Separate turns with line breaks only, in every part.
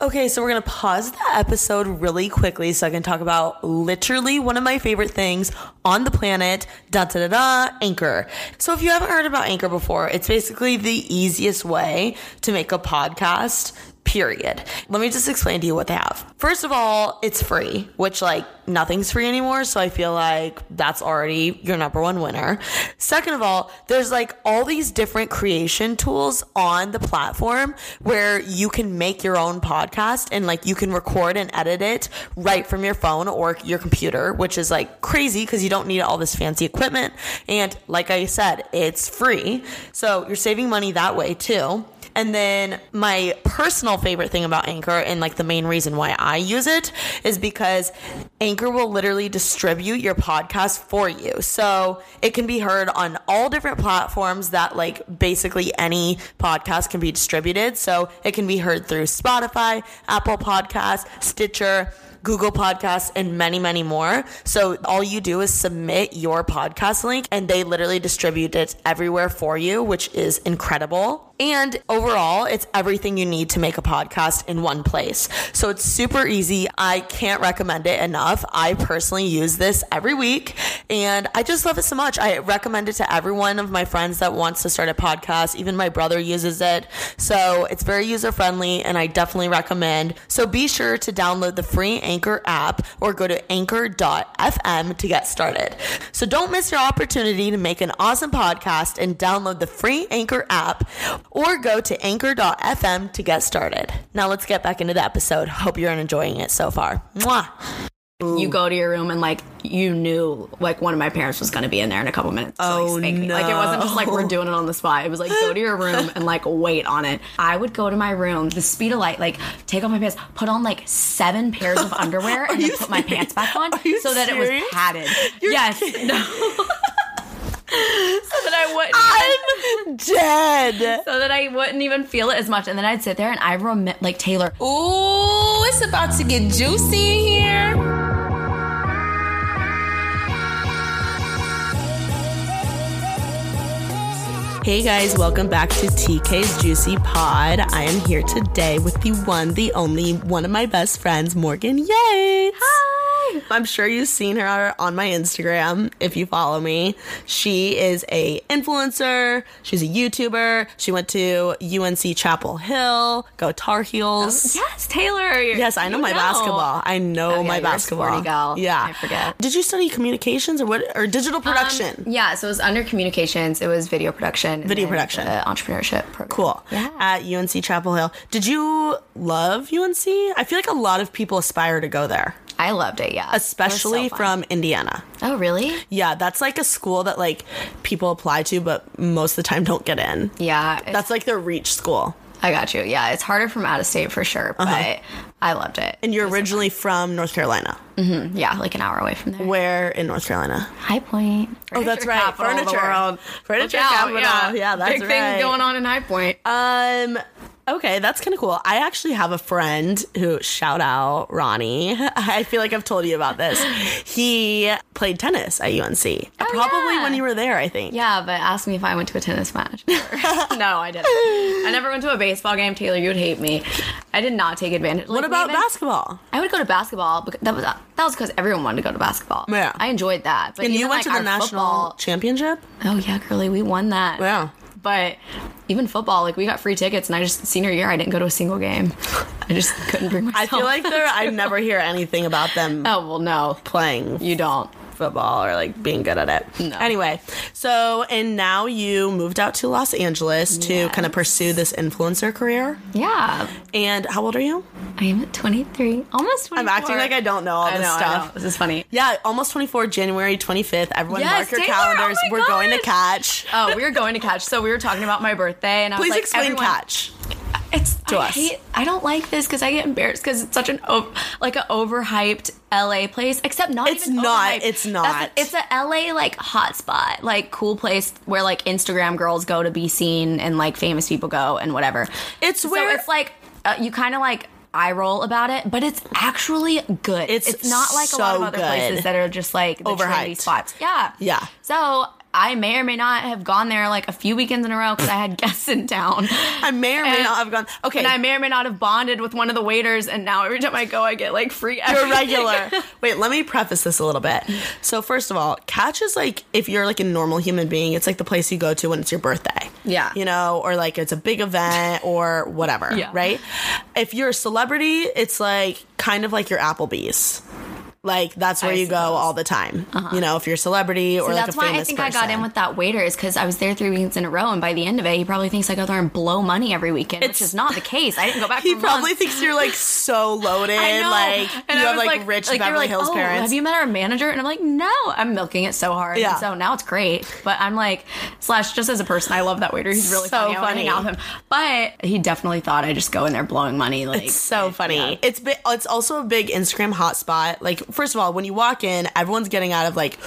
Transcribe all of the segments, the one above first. Okay, so we're going to pause the episode really quickly so I can talk about literally one of my favorite things on the planet, da da da da, Anchor. So if you haven't heard about Anchor before, it's basically the easiest way to make a podcast, period. Let me just explain to you what they have. First of all, it's free, which like nothing's free anymore, so I feel like that's already your number one winner. Second of all, there's like all these different creation tools on the platform where you can make your own podcast and like you can record and edit it right from your phone or your computer, which is like crazy because you don't need all this fancy equipment. And like I said, it's free. So you're saving money that way too. And then my personal favorite thing about Anchor and like the main reason why I use it is because Anchor will literally distribute your podcast for you. So it can be heard on all different platforms that like basically any podcast can be distributed. So it can be heard through Spotify, Apple Podcasts, Stitcher, Google Podcasts, and many, many more. So all you do is submit your podcast link and they literally distribute it everywhere for you, which is incredible. And overall, it's everything you need to make a podcast in one place. So it's super easy. I can't recommend it enough. I personally use this every week and I just love it so much. I recommend it to every one of my friends that wants to start a podcast. Even my brother uses it. So it's very user friendly and I definitely recommend. So be sure to download the free Anchor app or go to anchor.fm to get started. So don't miss your opportunity to make an awesome podcast and download the free Anchor app or go to anchor.fm to get started. Now let's get back into the episode. Hope you're enjoying it so far. Mwah.
You go to your room and like you knew like one of my parents was going to be in there in a couple minutes. to,
Oh,
like, spank me. Like it wasn't just like we're doing it on the spot. It was like go to your room and like wait on it. I would go to my room, the speed of light, like take off my pants, put on like seven pairs of underwear, and then put my pants back on so
you
that it was
serious?
padded. yes, no. so that I wouldn't.
I'm dead.
so that I wouldn't even feel it as much, and then I'd sit there and I remember, like Taylor,
Oh,
Ooh, it's about to get juicy in here.
Hey guys, welcome back to TK's Juicy Pod. I am here today with the one, the only, one of my best friends, Morgan Yates. Hi. I'm sure you've seen her on my Instagram if you follow me. She is a influencer. She's a YouTuber. She went to UNC Chapel Hill. Go Tar Heels.
yes, Taylor, you're-
Yes, I know
you
my basketball. I know
yeah,
my
you're a
basketball.
sporty gal.
Yeah,
I forget. Um,
Did you study communications or what? Or digital production?
Yeah, so it was under communications. It was video production, and
Video
then
production.
the entrepreneurship. Program.
cool.
Yeah.
At UNC Chapel Hill. Did you love UNC? I feel like a lot of people aspire to go there,
I loved it. Yeah, It was so
especially
fun.
from Indiana.
Oh, really?
Yeah, that's like a school that like people apply to, but most of the time don't get in.
Yeah, it's-
That's like their reach school.
I got you. Yeah, it's harder from out of state for sure,
Uh-huh.
but I loved it.
And you're originally from North Carolina.
yeah, like an hour away from there.
Where in North Carolina?
High Point.
Oh, that's right.
capital of the
Furniture.
world.
Furniture
Look out,
capital. Yeah, that's
Big
right.
things going on in High Point.
Um okay, that's kind of cool. I actually have a friend who shout out Ronnie. I feel like I've told you about this. He played tennis at UNC. probably
Oh, yeah.
when you were there, I think.
yeah, but ask me if I went to a tennis match. no, I didn't. I never went to a baseball game. Taylor, you would hate me. I did not take advantage.
What about basketball?
I would go to basketball because that was that was because everyone wanted to go to basketball.
Yeah.
I enjoyed that. But
And you
even,
went
like,
to the
our
national
football-
championship?
Oh yeah, girly, we won that.
Yeah.
But even football, like we got free tickets, and I just senior year I didn't go to a single game. I just couldn't bring
I
myself.
feel like there I never hear anything about them
oh well, no,
playing
you don't.
football or like being good at it.
No.
Anyway, so and now you moved out to Los Angeles to kind of
Yes.
pursue this influencer career.
Yeah,
And how old are you?
I am 23, almost 24.
I'm acting like I don't know all
I
this
know, I
stuff.
know. This is funny.
Yeah, almost 24, January 25th. Everyone
Yes,
mark your
Taylor, oh
calendars.
my
We're going to
gosh.
catch.
Oh, we were going to catch. So we were talking about my birthday, and I was
Please
like,
explain
everyone-
catch.
It's to I
us.
Hate, I don't like this because I get embarrassed because it's such an o- like an overhyped LA place. Except not.
It's
even
not,
overhyped.
it's
That's-
not.
it's a LA like hotspot, like cool place where like Instagram girls go to be seen and like famous people go and whatever.
It's where-
so it's like uh, you kind of like eye roll about it, but it's actually good.
It's
not like a lot of
so
other
good.
places that are just like the trendy
Overhyped.
spots. Yeah,
Yeah.
So. I may or may not have gone there like a few weekends in a row because I had guests in town.
I may or may
And-
not have gone. Okay,
And I may or may not have bonded with one of the waiters, and now every time I go, I get like free.
You're
everything.
regular. Wait, let me preface this a little bit. So first of all, catch is like if you're like a normal human being, it's like the place you go to when it's your birthday.
Yeah.
You know, or like it's a big event or whatever.
Yeah.
Right? If you're a celebrity, it's like kind of like your Applebee's. Like that's where
I
you go
suppose.
all the time. You know, if you're a celebrity or
So
like
that's
a
why
famous
I think I got
person.
in with that waiter is because I was there three weekends in a row, and by the end of it, he probably thinks I go there and blow money every weekend,
It's-
which is not the case. I didn't go back.
He
for
probably
months.
thinks you're like so loaded,
I know.
like
And
you
I
have
was
like, rich
like, they were
Beverly
like,
Hills
"Oh,
parents.
Have you met our manager? And I'm like, no, I'm milking it so hard.
Yeah.
And so now it's great. But I'm like, slash, just as a person, I love that waiter. He's really
So
funny. I wanna hang out
funny.
with him. But he definitely thought I just go in there blowing money. Like
It's so funny. It's bi- it's also a big Instagram hotspot. Like first of all, when you walk in, everyone's getting out of like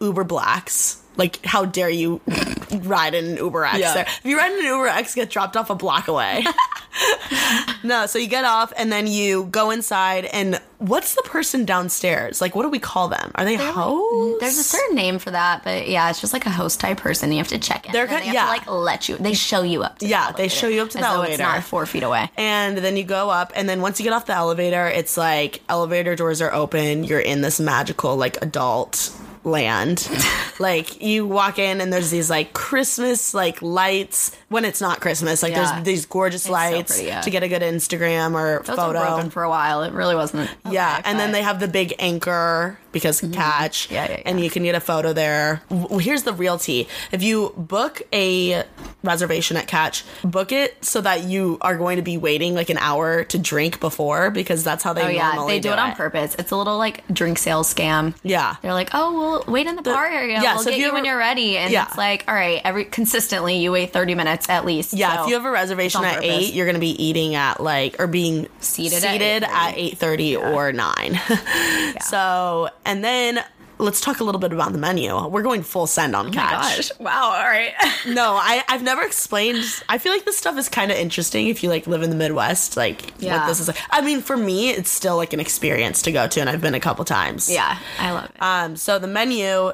Uber Blacks. Like how dare you ride in an Uber X?
Yeah.
There. If you ride in an Uber X, get dropped off a block away. no, so you get off and then you go inside. And what's the person downstairs? Like, what do we call them? Are they hoes?
There's a certain name for that, but yeah, it's just like a host type person. You have to check in.
They're
and
kind-
they have
yeah.
to like let you. They show you up. To
Yeah,
the
they
elevator
show you up to
as
the
though It's
elevator.
not four feet away.
and then you go up and then once you get off the elevator it's like elevator doors are open you're in this magical like adult land like you walk in and there's these like christmas like lights when it's not christmas like
Yeah.
there's these gorgeous lights
pretty, yeah.
to get a good instagram or
Those were
photo
broken for a while. It really wasn't.
yeah,
okay,
and then
but-
they have the big anchor because catch.
Yeah, yeah,
And
yeah.
you can get a photo there. W- Here's the real tea: if you book a reservation at Catch, book it so that you are going to be waiting like an hour to drink before because that's how they
Oh yeah,
normally
they do, it on purpose. It's a little like drink sales scam.
Yeah.
They're like, oh, well, wait in the, bar area.
yeah,
we'll
so if
get
you
you,
ever-
when you're ready. And
Yeah.
it's like, all right, every consistently you wait 30 minutes at least.
Yeah,
So-
if you have a reservation
it's on
at
purpose.
eight, you're going to be eating at like or being
Seated at
seated at eight thirty or nine. So and then let's talk a little bit about the menu. We're going full send on
Oh my
Catch.
gosh, wow, all right.
No, I, I've never explained. I feel like this stuff is kind of interesting if you like live in the Midwest. Like what
Yeah.
this is like. I mean, for me, it's still like an experience to go to, and I've been a couple times.
yeah, I love it.
Um. So the menu,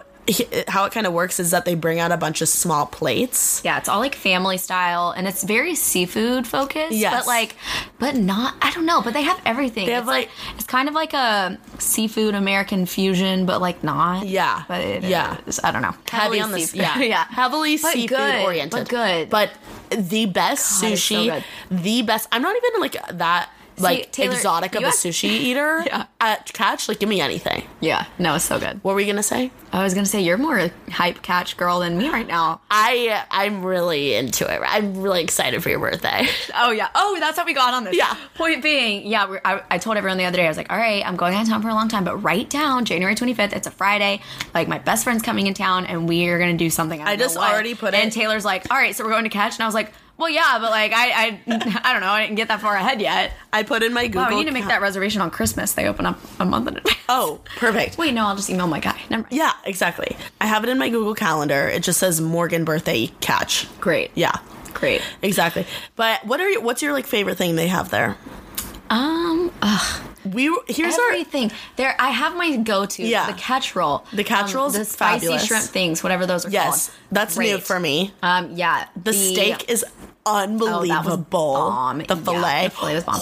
how it kind of works is that they bring out a bunch of small plates.
yeah, it's all like family style and it's very seafood focused.
Yes.
But like, but not, I don't know, but they have everything.
They have,
it's it's kind of like a seafood American fusion, but like not.
Yeah.
But it
Yeah.
is- I don't know.
Heavy
Heavily
on the
seafood.
yeah,
yeah.
heavily
But
seafood
good,
oriented,
But good.
But the best
God, it's so
sushi,
good.
the best. I'm not even like that like
Taylor,
exotic of a
you act-
sushi eater.
Yeah.
At catch, like give me anything.
yeah, no, it's so good.
What were you gonna say?
I was gonna say you're more a hype catch girl than me right now.
I I'm really into it. I'm really excited for your birthday.
Oh yeah. Oh, that's how we got on this.
Yeah.
Point being, yeah, we're, I, I told everyone the other day. I was like, all right, I'm going out of town for a long time, but write down January 25th. It's a Friday. Like my best friend's coming in town, and we are gonna do something. I, don't know
just
what.
already put
and
it-
And Taylor's like, all right, so we're going to catch, and I was like, well, yeah, but like I I, I don't know. I didn't get that far ahead yet.
I put in my Google.
Wow, we need to make
ca-
that reservation on Christmas. They open up a month in advance.
Oh, perfect.
Wait, no, I'll just email my guy. Never mind.
Yeah, exactly. I have it in my Google Calendar. It just says Morgan birthday catch.
Great.
Yeah,
Great.
exactly. But what are your, what's your like favorite thing they have there?
Um. Ugh.
We here's our
everything. There, I have my go-to.
Yeah.
the catch roll. Um,
The catch roll's
the spicy
fabulous.
shrimp things, whatever those are
yes.
called.
That's new
Great.
for me.
Um, yeah, oh,
The, steak is unbelievable.
that was bomb.
The
Yeah,
fillet.
the fillet was bomb.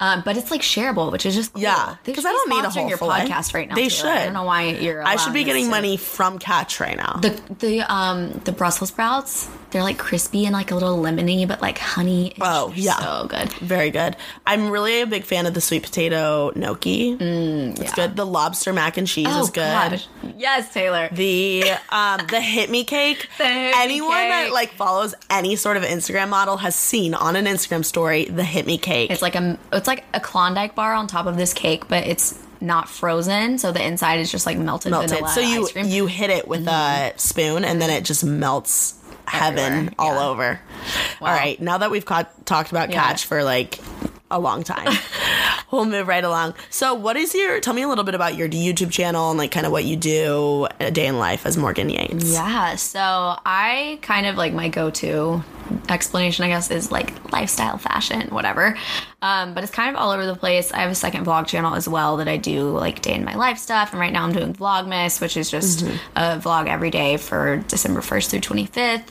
Um, but it's like shareable, which is just cool.
Yeah,
They
'cause
should
I
be
don't need a
sponsoring
whole
your
fillet.
podcast right now.
They
Taylor. I
should.
don't know why you're.
I should
allowing
be
this
getting
to-
money from catch right now.
The the um the Brussels sprouts, they're like crispy and like a little lemony, but like honey.
Oh,
They're
yeah.
so good.
Very good. I'm really a big fan of the sweet potato gnocchi. Mm, it's good. The lobster mac and cheese
Oh
is good.
gosh. yes, Taylor.
The um the hit me cake.
The hit me
Anyone that
cake.
like follows any sort of Instagram model has seen on an Instagram story the hit me cake.
It's like a it's like a Klondike bar on top of this cake, but it's not frozen, so the inside is just like melted,
melted.
vanilla
So you
ice cream. Mm-hmm.
you hit it with a spoon and then it just melts heaven
Everywhere,
all
yeah.
over. All right, now that we've caught, talked about
Yeah.
catch for like a long time. we'll move right along. So, what is your tell me a little bit about your YouTube channel and like kind of what you do a day in life as Morgan Yates.
yeah, so I kind of like my go to explanation, I guess, is like lifestyle, fashion, whatever. Um, but it's kind of all over the place. I have a second vlog channel as well that I do like day in my life stuff. And right now I'm doing Vlogmas, which is just
Mm-hmm.
a vlog every day for December 1st through 25th.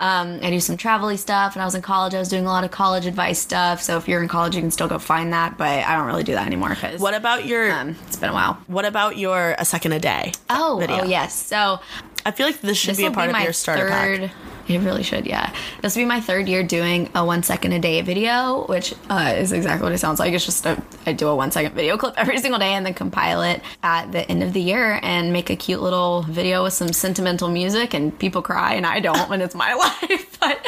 Um, I do some travel stuff. When I was in college, I was doing a lot of college advice stuff. So if you're in college, you can still go find that. But I don't really do that anymore because
What about your
um, it's been a while.
What about your a second a day?
Oh,
video.
oh yes. So
I feel like this should
this
be a
will
part of
my
your starter pack.
third- It really should, yeah. This will be my third year doing a one second a day video, which uh, is exactly what it sounds like. It's just a, I do a one second video clip every single day and then compile it at the end of the year and make a cute little video with some sentimental music and people cry and I don't when it's my life. But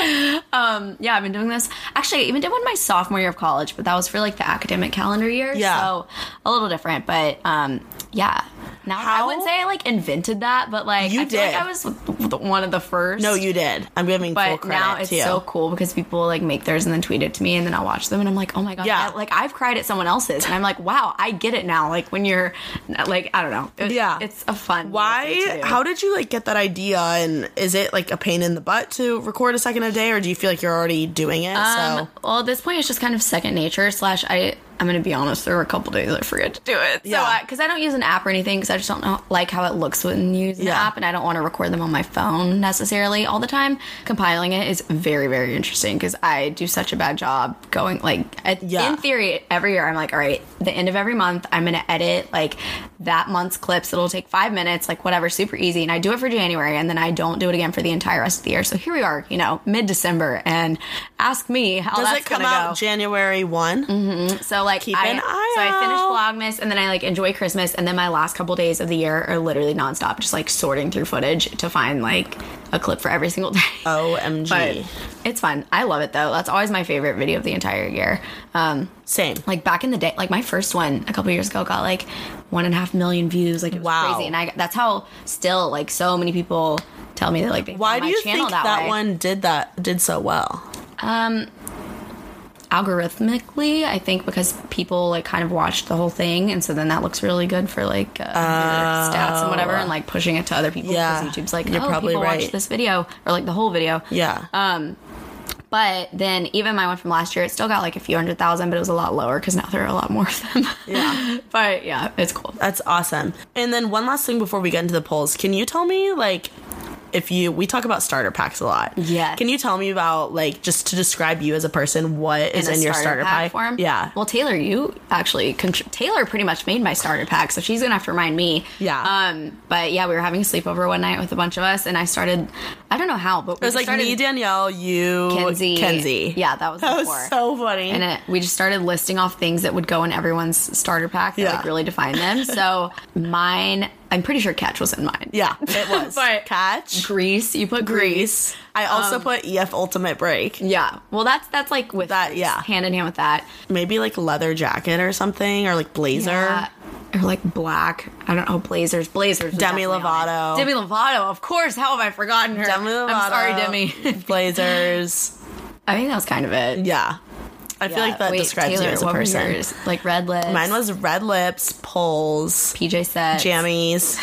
um, yeah, I've been doing this. Actually, I even did one my sophomore year of college, but that was for like the academic calendar year.
Yeah.
So a little different, but um, yeah. Now I
How-
wouldn't say I like invented that, but like
You
I feel like
did.
I was was the- one of the first.
No, you did. I'm giving full
But
credit
now it's
to you.
so cool because people like make theirs and then tweet it to me, and then I'll watch them, and I'm like, oh my god,
Yeah.
I- like I've cried at someone else's, and I'm like, wow, I get it now. Like when you're, like I don't know, It-
Yeah.
it's a fun.
Why? How
do
did you like get that idea? And is it like a pain in the butt to record a second a day, or do you feel like you're already doing it?
um, well, at this point, it's just kind of second nature. Slash, I I'm gonna be honest, there were a couple days I forget to do it.
Yeah.
So, because I don't use an app or anything, because I just don't know, like how it looks when you use an
Yeah.
app, and I don't want to record them on my phone necessarily all the time. Compiling it is very very interesting because I do such a bad job going like at,
Yeah.
in theory every year I'm like all right the end of every month I'm gonna edit like that month's clips. It'll take five minutes, like whatever, super easy, and I do it for January, and then I don't do it again for the entire rest of the year. So here we are, you know, mid December, and ask me how
so does
that's
it come
gonna
out
go. Mm-hmm.
January one?
So like
Keep
I,
an eye
so
out.
I finish Vlogmas and then I like enjoy Christmas and then my last couple days of the year are literally nonstop, just like sorting through footage to find like a clip for every single day.
Omg,
But it's fun. I love it though. That's always my favorite video of the entire year. Um,
same.
like back in the day, like my first one a couple years ago got like one and a half million views. Like it was
Wow.
crazy. And I that's how still like so many people tell me that like they
Why
found
do
my
you
channel
think that
way.
one did that did so well?
algorithmically i think because people like kind of watched the whole thing and so then that looks really good for like uh, your stats and whatever and like pushing it to other people
Oh. Yeah.
because youtube's like
You're
oh
probably
people
right.
watched this video or like the whole video
Yeah.
Uh, but then even my one from last year it still got like a few hundred thousand but it was a lot lower because now there are a lot more of them
Yeah.
but yeah it's cool
That's awesome. And then one last thing before we get into the polls, can you tell me like if you we talk about starter packs a lot.
Yes.
Can you tell me about like just to describe you as a person what is in,
a
your starter pack?
form.
Yeah.
Well, Taylor, you actually contr- Taylor pretty much made my starter pack, so she's gonna have to remind me.
Yeah.
Um. But yeah, we were having a sleepover one night with a bunch of us, and I started. I don't know how, but
it was like
started
me, Danielle, you,
Kenzie.
Kenzie.
Yeah, that was
That was
before.
so funny.
and it, we just started listing off things that would go in everyone's starter pack that
Yeah.
like really define them. So mine, I'm pretty sure catch was in mine.
yeah, it was.
But-
Catch.
Grease, you put grease.
Grease. I also put EF Ultimate Break.
Yeah. Well, that's that's like with
That- yeah.
hand in hand with that.
Maybe like leather jacket or something or like blazer.
Yeah. Or Uh, like black. I don't know. Blazers. Blazers. was
Demi
definitely on it.
Lovato.
Demi Lovato. Of course. How have I forgotten her?
Demi Lovato.
I'm sorry, Demi.
blazers.
I think that was kind of it.
Yeah. I feel like that
Wait,
describes
Taylor,
you as a
what were
person.
yours? Like red lips.
Mine was red lips, poles,
PJ set.
jammies.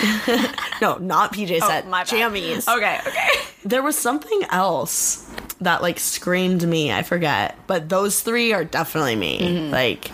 no, not PJ set.
Oh, my bad.
jammies.
Okay. Okay.
There was something else that like screamed me. I forget, but those three are definitely me.
Mm-hmm.
Like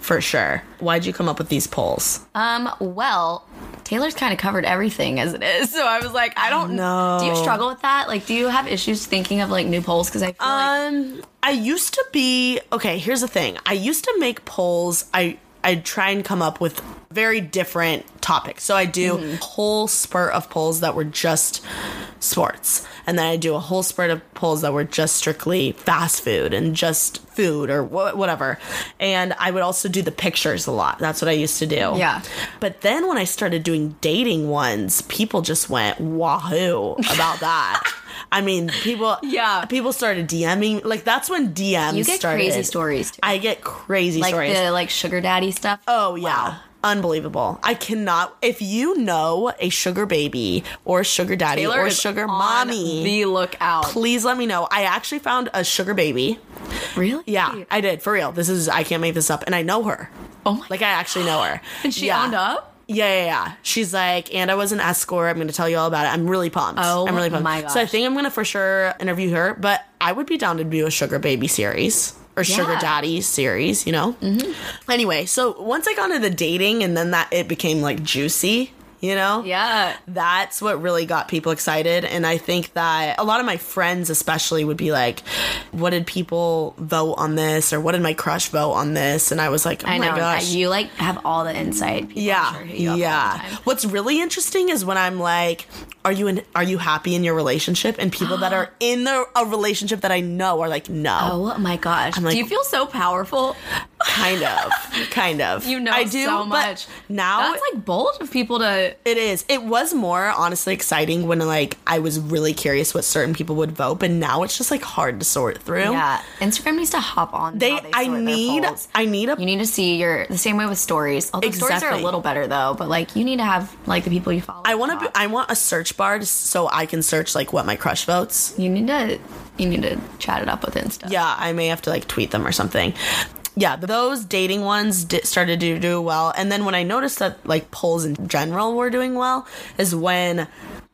for sure. Why'd you come up with these poles?
Um. Well. Taylor's kind of covered everything as it is, so I was like, I don't
know.
Do you struggle with that? Like, do you have issues thinking of like new polls? Because I feel like
Um, I used to be okay. Here's the thing. I used to make polls. I I try and come up with very different topics. So I do a whole spurt of polls that were just sports, and then I do a whole spurt of polls that were just strictly fast food and just food or wha- whatever. And I would also do the pictures a lot. That's what I used to do.
Yeah.
But then when I started doing dating ones, people just went wahoo about that. I mean, people
Yeah.
people started DMing. Like that's when DMs
you get
started.
crazy stories, too.
I get crazy
like
stories.
the like sugar daddy stuff.
oh yeah. Unbelievable. I cannot if you know a sugar baby or sugar daddy
Taylor
or
is
sugar
on
mommy,
The lookout.
please let me know. I actually found a sugar baby.
Really?
Yeah, I did. For real. This is I can't make this up and I know her.
Oh my.
Like I actually know her.
and she
yeah.
owned up.
Yeah, yeah, yeah. She's like, and I was an escort. I'm going to tell you all about it. I'm really pumped.
Oh
I'm really pumped.
my
So I
gosh.
think I'm going to for sure interview her, but I would be down to do a sugar baby series or sugar
Yeah.
daddy series, you know? Mm-hmm. Anyway, so once I got into dating and then that it became like juicy, you know?
Yeah.
that's what really got people excited and i think that a lot of my friends especially would be like what did people vote on this or what did my crush vote on this and i was like oh
I
my
know.
gosh
You like have all the insight. People, I'm
yeah
sure, hit you up all the
yeah
time.
what's really interesting is when i'm like are you in are you happy in your relationship and people that are in the, a relationship that i know are like no
Oh my gosh.
like-
Do you feel so powerful?
kind of kind of
You know
i do
so
but
much.
now
That's like bold of people to.
It is. It was more honestly exciting when like I was really curious what certain people would vote, but now it's just like hard to sort through.
Yeah. Instagram needs to hop on.
They,
how
I
sort their
need
polls.
I need a
You need to see your the same way with stories. Although stories are
Exactly.
a little better though, but like you need to have like the people you follow.
I want
top.
to I want a search bar just so I can search like what my crush votes.
You need to you need to chat it up with Insta.
Yeah, I may have to like tweet them or something. Yeah, those dating ones di started to do well, and then when I noticed that like polls in general were doing well, is when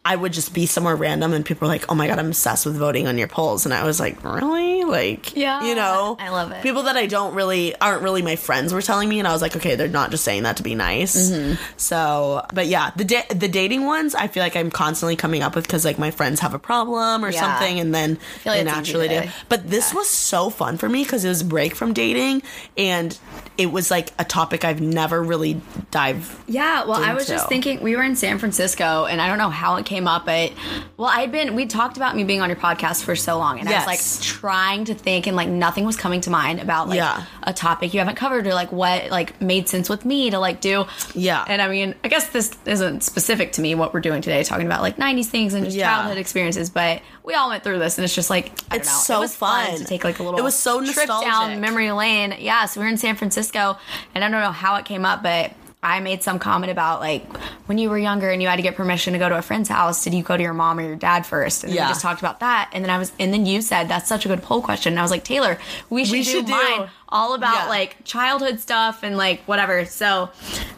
I would just be somewhere random and people were like, "Oh my god, I'm obsessed with voting on your polls," and I was like, "Really?" Like,
Yeah,
you know,
I love it.
People that I don't really aren't really my friends were telling me, and I was like, "Okay, they're not just saying that to be nice."
Mm-hmm.
So, but yeah, the da- the dating ones, I feel like I'm constantly coming up with because like my friends have a problem or
Yeah.
something, and then
feel like
they
it's easy
naturally
to-
do. But this was so fun for me because it was a break from dating and it was like a topic I've never really dive.
Yeah, well, I was
Ditto.
just thinking we were in San Francisco, and I don't know how it came up, but well, I'd been we talked about me being on your podcast for so long, and I
Yes.
was like trying to think, and like nothing was coming to mind about like
Yeah.
a topic you haven't covered or like what like made sense with me to like do.
Yeah.
and I mean, I guess this isn't specific to me what we're doing today, talking about like '90s things and just
Yeah.
childhood experiences, but we all went through this, and it's just like I
It's
don't know,
so
it was fun.
fun.
to take like a little
It was so
trip
nostalgic.
down memory lane. Yeah, so we were in San Francisco, and I don't know how it came up, but I made some comment about like when you were younger and you had to get permission to go to a friend's house. Did you go to your mom or your dad first? And then
Yeah.
we just talked about that, and then I was, and then you said that's such a good poll question. And I was like, Taylor, we should, do,
should do-
mine all about
Yeah.
like childhood stuff and like whatever. So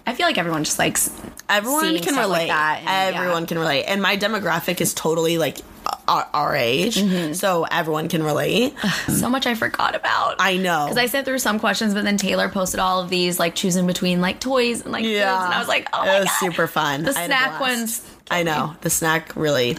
I feel like everyone just likes
Everyone
seeing
can
stuff like
relate.
that and, yeah.
everyone can relate. And my demographic is totally like our, our age.
Mm-hmm.
So everyone can relate.
so much I forgot about.
I know.
Because I sent through some questions, but then Taylor posted all of these, like choosing between like toys and like foods, and I was like, oh my
it was
God.
super fun.
The
I had a
snack
blast.
ones.
I know the snack really.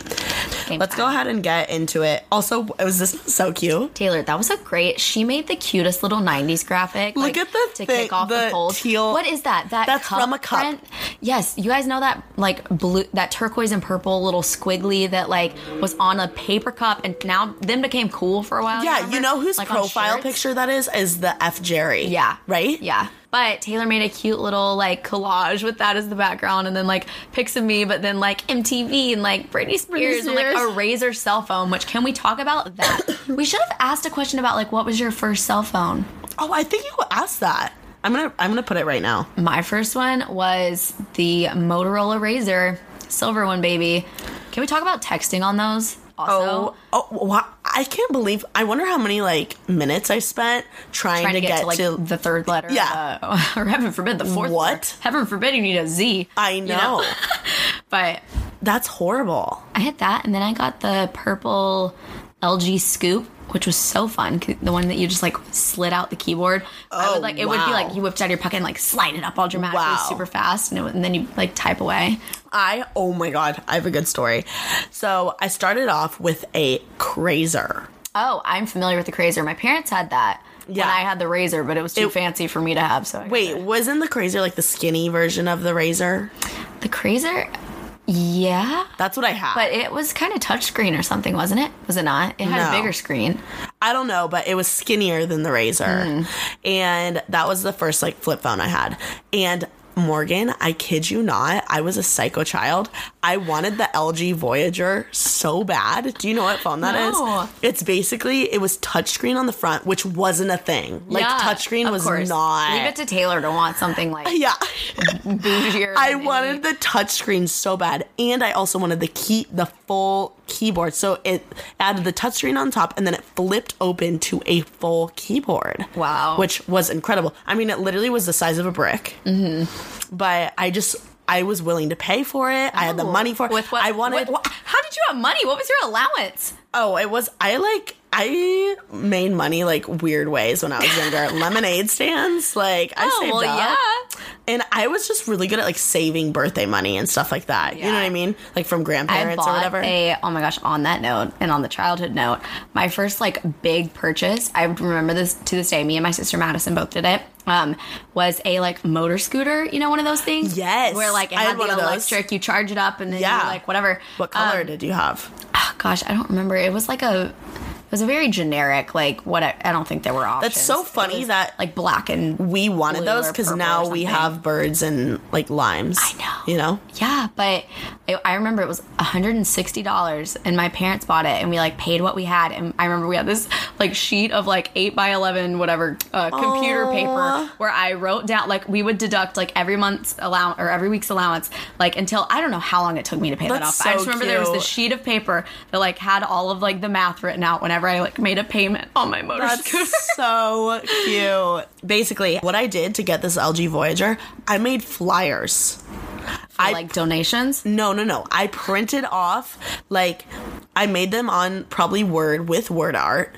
Game
Let's go
time.
ahead and get into it. Also, it was just so cute.
Taylor, that was a great. She made the cutest little '90s graphic.
Look
like,
at the
to
thing-
kick off the,
the
polls.
teal-
What is that? That
That's
cup
from a cup.
print? Yes, you guys know that like blue, that turquoise and purple little squiggly that like was on a paper cup, and now them became cool for a while.
Yeah,
remember?
you know whose
Like, on
profile
shirts.
picture that is? Is the F Jerry.
Yeah.
Right?
Yeah. But Taylor made a cute little like collage with that as the background and then like pics of me, but then like MTV and like Britney Spears, and like
Spears.
a razor cell phone, which can we talk about that? we should have asked a question about like what was your first cell phone?
Oh, I think you asked that. I'm gonna I'm gonna put it right now.
My first one was the Motorola Razor, silver one, baby. Can we talk about texting on those? Also,
oh, wha- I can't believe. I wonder how many like minutes I spent trying,
trying to get, to like
to.
the third letter,
Yeah.
uh, or heaven forbid the fourth.
What?
letter. Heaven forbid you need a Z.
I know.
but
That's horrible.
I had that, and then I got the purple LG Scoop, which was so fun. 'cause The one that you just like slid out the keyboard. I
Oh,
would like it would
wow.
be like you whipped out of your pocket and like slide it up all dramatically,
Wow.
super fast, and, it, would- and then you like type away.
I oh my god, I have a good story. So I started off with a crazer.
Oh, I'm familiar with the Crazer. My parents had that.
Yeah.
When I had the razor, but it was too
It-
fancy for me to have. So I got
Wait, wasn't the crazer like the skinny version of the razor?
the Crazer, yeah,
That's what I had.
but it was kind of touchscreen or something, wasn't it? Was it not? It had
No.
a bigger screen.
I don't know, but it was skinnier than the razor.
Hmm.
And that was the first like flip phone I had. And Morgan, I kid you not, I was a psycho child. I wanted the LG Voyager so bad. Do you know what phone that is?
No.
It's basically it was touchscreen on the front, which wasn't a thing. Like
Yeah,
touchscreen
of
was
course.
not.
Leave it to Taylor to want something like
yeah.
bougier.
I
than
wanted the touchscreen so bad, and I also wanted the key, the full keyboard. So it added the touchscreen on top, and then it flipped open to a full keyboard.
Wow.
which was incredible. I mean, it literally was the size of a brick. Mm-hmm. But I just, I was willing to pay for it. I had the money for it.
With what
I wanted.
what- how did you have money? What was your allowance?
oh, it was. I like. I made money like weird ways when I was younger. Lemonade stands, like I
Oh,
saved
well,
up.
yeah.
And I was just really good at like saving birthday money and stuff like that. You know what
Yeah.
I mean? Like from
I
grandparents or
bought
whatever.
a oh my gosh on that note and on the childhood note my first like big purchase I remember this to this day me and my sister Madison both did it um was a like motor scooter you know one of those things
Yes.
where like it
I
had
had one
the
of those.
electric you charge it up and then
Yeah.
you like whatever
what color
Um,
did you have?
oh, gosh I don't remember it was like a it was a very generic like what I, I don't think there were options
so
It
funny
was,
that-
like black and
We wanted
blue
those
or
because
purple
now
or
we
something.
have birds and like limes. I
know.
You know?
Yeah, but I, I remember it was $160 and my parents bought it and we like paid what we had. And I remember we had this like sheet of like 8 by 11 whatever uh, computer paper where I wrote down like we would deduct like every month's allowance or every week's allowance like until I don't know how long it took me to pay that off.
That's
but I
so
just remember there was
cute.
this sheet of paper that like had all of like the math written out whenever I like made a payment on my motor scooter.
That's so cute. Basically, what I did to get this LG Voyager, I made flyers. I-
like donations.
No, no, no. I printed off like I made them on probably Word with word art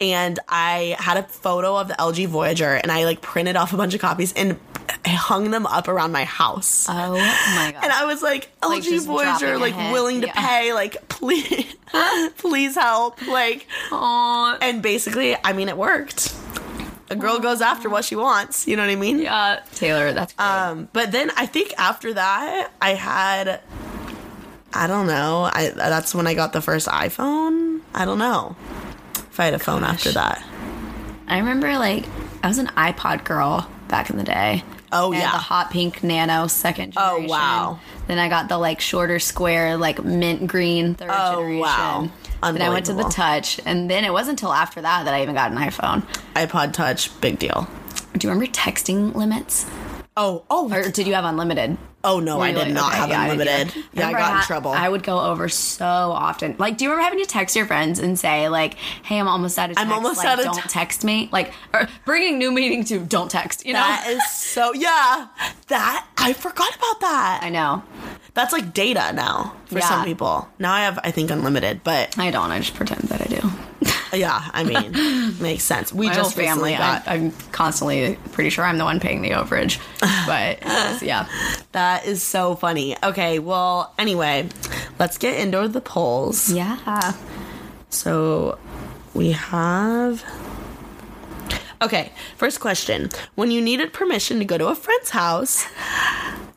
and I had a photo of the LG Voyager and I like printed off a bunch of copies and hung them up around my house.
Oh my god.
and I was like, LG
Like, just dropping
Voyager,
a
like
hint,
willing to
yeah.
pay, like please, please help, like.
Aw,
And basically, I mean, it worked. A girl goes after what she wants. You know what I mean?
yeah, Taylor, that's great.
Um, but then I think after that, I had, I don't know. I that's when I got the first iPhone. I don't know if I had a phone after that.
I remember like I was an iPod girl back in the day.
Oh,
I had
yeah. Oh,
the hot pink nano second generation.
wow.
Then I got the like shorter square like mint green third
Oh,
generation.
wow.
Then I went to the
Unbelievable.
touch, and then it wasn't until after that that I even got an iPhone.
iPod Touch, big deal.
Do you remember texting limits,
Oh,
or
oh,
did you have unlimited?
oh no!
Were
I
you
did
like,
not
okay,
have
yeah, I didn't do
unlimited.
that.
yeah, I
Remember
got in
ha-
trouble.
I would go over so often. Like, do you remember having to text your friends and say, like, "Hey, I'm almost out of text.
almost
like,
out of
don't
te-
text me." Like, or bringing new meaning to don't text. You know,
that is so yeah. That I forgot about that.
I know.
That's like data now for
Yeah.
some people. Now I have, I think, unlimited. But
I don't. I just pretend that I do.
yeah, I mean, makes sense. We
My whole
just recently
family.
got
I, I'm constantly pretty sure I'm the one paying the overage. But it's- yeah,
That is so funny. Okay, well, anyway, let's get into the polls.
yeah.
So we have. Okay, first question. When you needed permission to go to a friend's house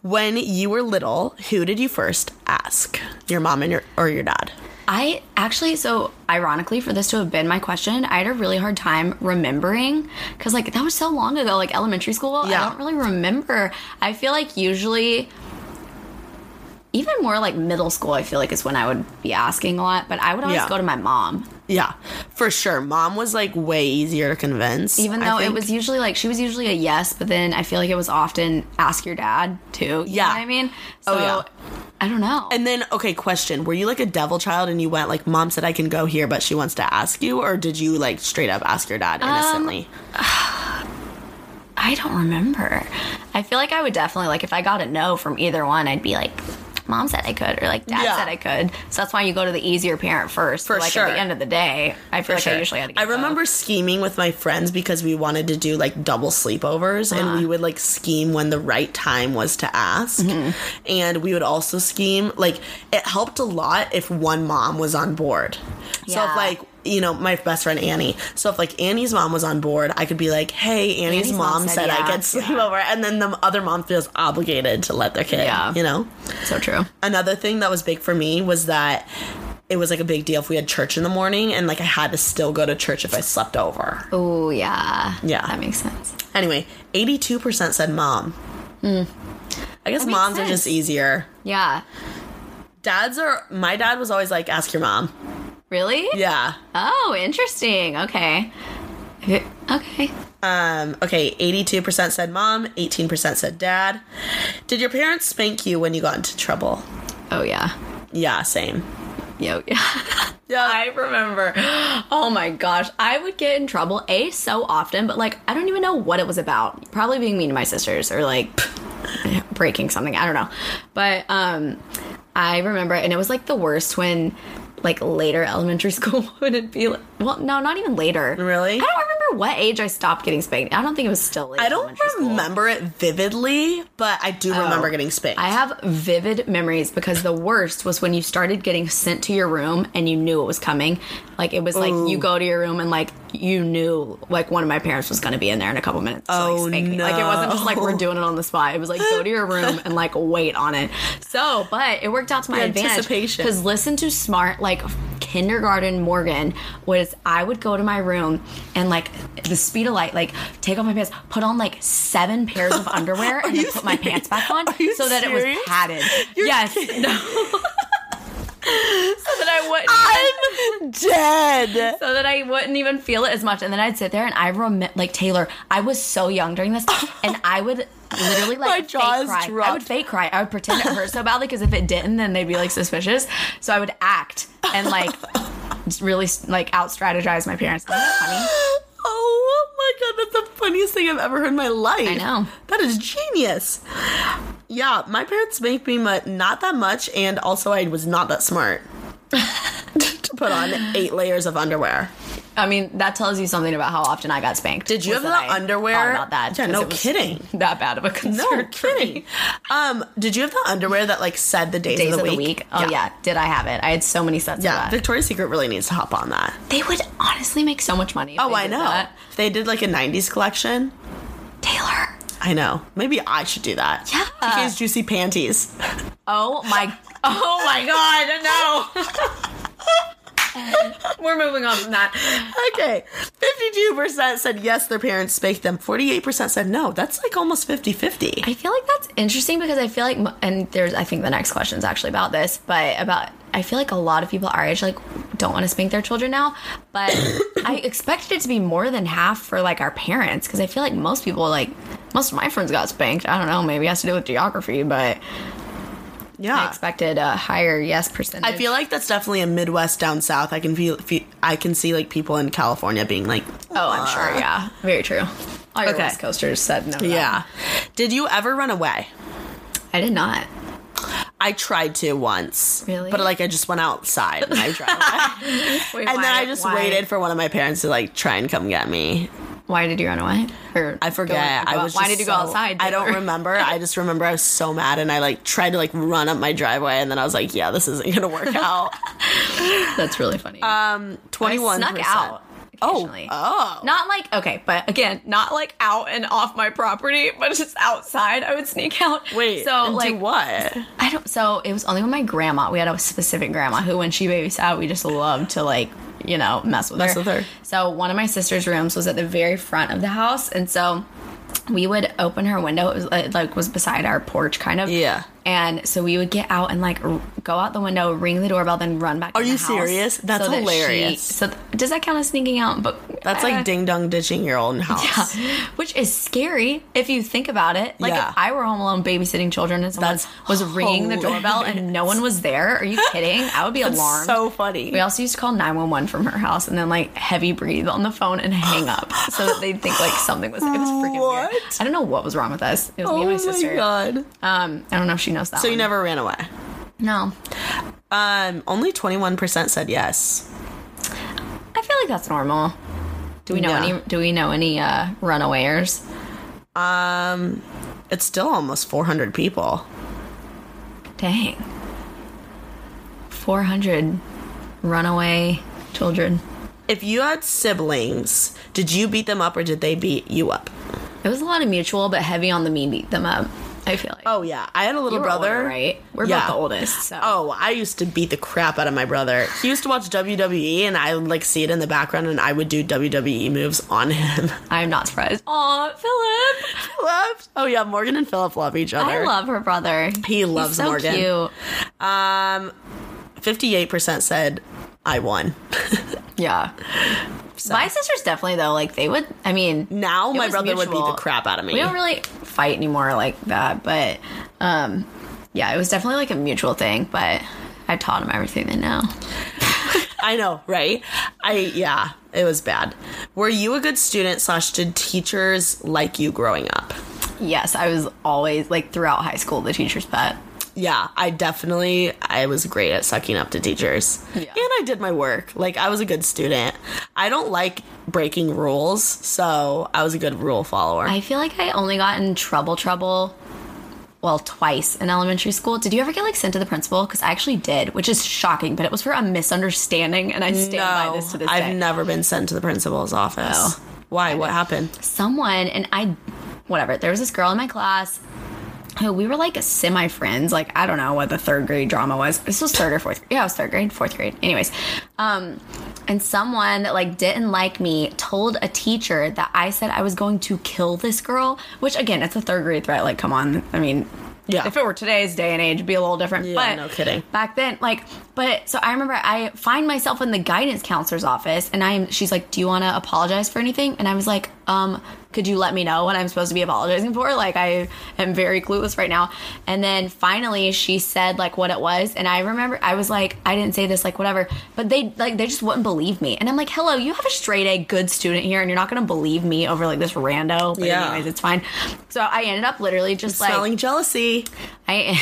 when you were little, who did you first ask? Your mom and your, or your dad?
I actually, so ironically, for this to have been my question, I had a really hard time remembering because, like, that was so long ago, like elementary school.
Yeah.
I don't really remember. I feel like usually, even more like middle school, I feel like is when I would be asking a lot, but I would always
Yeah.
go to my mom.
Yeah, for sure. Mom was like way easier to convince.
Even
I
though it
think.
was usually like she was usually a yes, but then I feel like it was often ask your dad too. You
Yeah.
know what I mean, so
Oh, yeah.
I don't know.
And then, okay, question. Were you like a devil child and you went, like, mom said I can go here, but she wants to ask you? Or did you like straight up ask your dad innocently?
I don't remember. I feel like I would definitely like if I got a no from either one, I'd be like, "Mom said I could," or like "Dad
Yeah.
said I could." So that's why you go to the easier parent first.
For
like at
sure.
the end of the day, I feel like I usually had to. Get
I remember scheming with my friends because we wanted to do like double sleepovers and
Ah.
we would like scheme when the right time was to ask.
Mm-hmm.
And we would also scheme like it helped a lot if one mom was on board. So if
Yeah.
like you know, my best friend Annie. So if like Annie's mom was on board, I could be like, "Hey, Annie's, mom, said, I
yeah."
could sleep over," and then the other mom feels obligated to let their kid.
Yeah.
You know
both. so true.
another thing that was big for me was that it was like a big deal if we had church in the morning and like I had to still go to church if I slept over.
Oh yeah,
Yeah.
that makes sense.
Anyway, 82% said mom. I guess
Hmm. makes
moms are just
sense.
easier.
Yeah,
Dads are my dad was always like ask your mom.
really?
Yeah.
Oh, interesting. Okay. Okay.
Um okay, 82% said mom, 18% said dad. Did your parents spank you when you got into trouble?
Oh yeah.
Yeah, same.
Yo, yeah. Yeah, I remember. Oh my gosh. I would get in trouble, A, so often, but like, I don't even know what it was about. Probably being mean to my sisters or like breaking something. I don't know. But um, I remember, and it was like the worst when like later elementary school would it be like, well no not even later
Really?
i don't remember what age i stopped getting spanked i don't think it was still late
I don't
elementary school.
remember it vividly, but I do remember getting spanked.
Oh. I have vivid memories because the worst was when you started getting sent to your room and you knew it was coming. Like it was like you go to your room and like you knew like one of my parents was going to be in there in a couple minutes. to,
Oh,
like, spank me. Like it wasn't just like we're doing it on the spot. It was like go to your room and like wait on it. So, but it worked out to my
The
advantage
anticipation.
because listen to smart like kindergarten Morgan was I would go to my room and like the speed of light like take off my pants put on like seven pairs of underwear and then
you
put my
serious?
pants back on
Are you
so that it
serious?
was padded. yes. No. so that I wouldn't
I'm dead.
so that I wouldn't even feel it as much. And then I'd sit there and I remember, like Taylor, I was so young during this, and I would literally like
My jaw
fake
is
cry. I would
dropped.
fake cry. I would pretend it hurt so badly because if it didn't, then they'd be like suspicious. So I would act and like just really like out strategize my parents. Isn't that funny?
Oh my god, that's the funniest thing I've ever heard in my life.
I know.
That is genius. Yeah, my parents make me mu- not that much, and also I was not that smart to put on eight layers of underwear.
I mean, that tells you something about how often I got spanked.
Did you
was
have
that
the
I
underwear?
thought About that?
Yeah,
because
no
it was
kidding.
That bad of a concern.
No
for me.
kidding. Um, did you have the underwear that like said the days,
Days
of the week?
Oh yeah. did I have it? I had so many sets
Yeah,
of that.
Victoria's Secret really needs to hop on that.
They would honestly make so much money. if
Oh,
they
I
did
know.
that.
If They did like a 90s collection.
Taylor.
I know. Maybe I should do that.
Yeah.
TK's Juicy Panties.
Oh my. Oh my God. No. We're moving on from that.
Okay. 52% said yes, their parents spanked them. 48% said no. That's like almost 50 50.
I feel like that's interesting because I feel like, m- and there's, I think the next question is actually about this, but about, I feel like a lot of people our age like don't want to spank their children now, but I expected it to be more than half for like our parents because I feel like most people like most of my friends got spanked. I don't know, maybe it has to do with geography, but I
Yeah.
expected a higher yes percentage.
I feel like that's definitely a Midwest down south. I can feel, feel I can see like people in California being like,
Oh, I'm sure. Yeah, very true. All your
Okay.
West Coasters said no. to that.
yeah. Did you ever run away?
I did not.
I tried to once.
Really?
But like I just went outside and I tried.
Wait,
and
why-
then I just
why-
waited for one of my parents to like try and come get me.
Why did you run away? Or
I forget.
go- go-
I was.
Why
just
did you go
so-
outside?
I don't
Taylor?
remember. I just remember I was so mad, and I like tried to like run up my driveway, and then I was like, "Yeah, this isn't gonna work out."
That's really funny.
Um,
I
twenty one
snuck out.
Oh,
occasionally.
oh,
Not like okay, but again, not like out and off my property, but just outside. I would sneak out.
wait.
so
So
like
do what?
I don't. So it was only when my grandma. We had a specific grandma who, when she babysat, we just loved to like, you know, mess with
Mess
her.
with her.
So one of my sister's rooms was at the very front of the house, and so we would open her window. It was it, like was beside our porch, kind of.
Yeah.
And so we would get out and like r- go out the window, ring the doorbell, then run back.
Are
in
you
the house
serious? That's
so that she-
hilarious.
so th- does that count as sneaking out? But
That's like
Uh,
ding dong ditching your own house.
which is scary if you think about it. Like
Yeah.
if I were home alone babysitting children and someone
That's
was ringing the doorbell and no one was there, are you kidding? I would be alarmed.
So funny.
we also used to call 911 from her house and then like heavy breathe on the phone and hang up so that they'd think like something was it was freaking weird.
What?
I don't know what was wrong with us. It was me
oh
and my
my
sister.
god.
Um I don't know if she knows that.
So you
one.
never ran away.
No.
Um, only twenty one percent said yes.
I feel like that's normal. Do we know
Yeah.
any do we know any uh runawayers?
Um, it's still almost four hundred people.
Dang. 400 runaway children.
If you had siblings, did you beat them up or did they beat you up?
It was a lot of mutual, but heavy on the me beat them up, I feel like.
Oh yeah, I had a little
You were
brother.
older, right? We're
Yeah.
both the oldest, so.
Oh, I used to beat the crap out of my brother. He used to watch WWE, and I would like see it in the background, and I would do WWE moves on him.
I'm not surprised. Aw, Philip!
Loved. Oh yeah, Morgan and Philip love each
I
other.
love her brother.
He loves
He's so
Morgan.
cute.
Fifty-eight percent said I won.
Yeah. My sisters definitely, though, like, they would, I mean.
Now
it
my
was
brother would beat
mutual.
the crap out of me.
We don't really fight anymore like that, but, um, yeah, it was definitely like a mutual thing, but I taught them everything they know.
I know, right? I yeah, it was bad. Were you a good student? Slash, did teachers like you growing up?
Yes, I was always like throughout high school the teacher's pet.
yeah, I definitely I was great at sucking up to teachers. And I did my work. Like I was a good student. I don't like breaking rules, so I was a good rule follower.
I feel like I only got in trouble, trouble, well, twice in elementary school. Did you ever get like sent to the principal? Because I actually did, which is shocking, but it was for a misunderstanding, and I stand by this to this
I've
day. Oh.
never been sent to the principal's office. Why? What happened?
Someone and I, whatever. There was this girl in my class. Who we were like semi friends, like I don't know what the third grade drama was. This was third or fourth. Yeah, it was third grade, fourth grade. Anyways, um, and someone that like didn't like me told a teacher that I said I was going to kill this girl. Which again, it's a third grade threat. Like, come on. I mean,
Yeah.
If it were today's day and age, it'd be a little different. but
no kidding.
Back then, like, but so I remember I find myself in the guidance counselor's office, and I'm. She's like, "Do you want to apologize for anything?" And I was like, "Um, could you let me know what I'm supposed to be apologizing for?" Like, I am very clueless right now. And then finally, she said like what it was, and I remember I was like, "I didn't say this, like whatever." But they like they just wouldn't believe me, and I'm like, "Hello, you have a straight A good student here, and you're not gonna believe me over like this rando." But
Yeah.
anyways, it's fine. So I ended up literally just like
Smelling jealousy.
I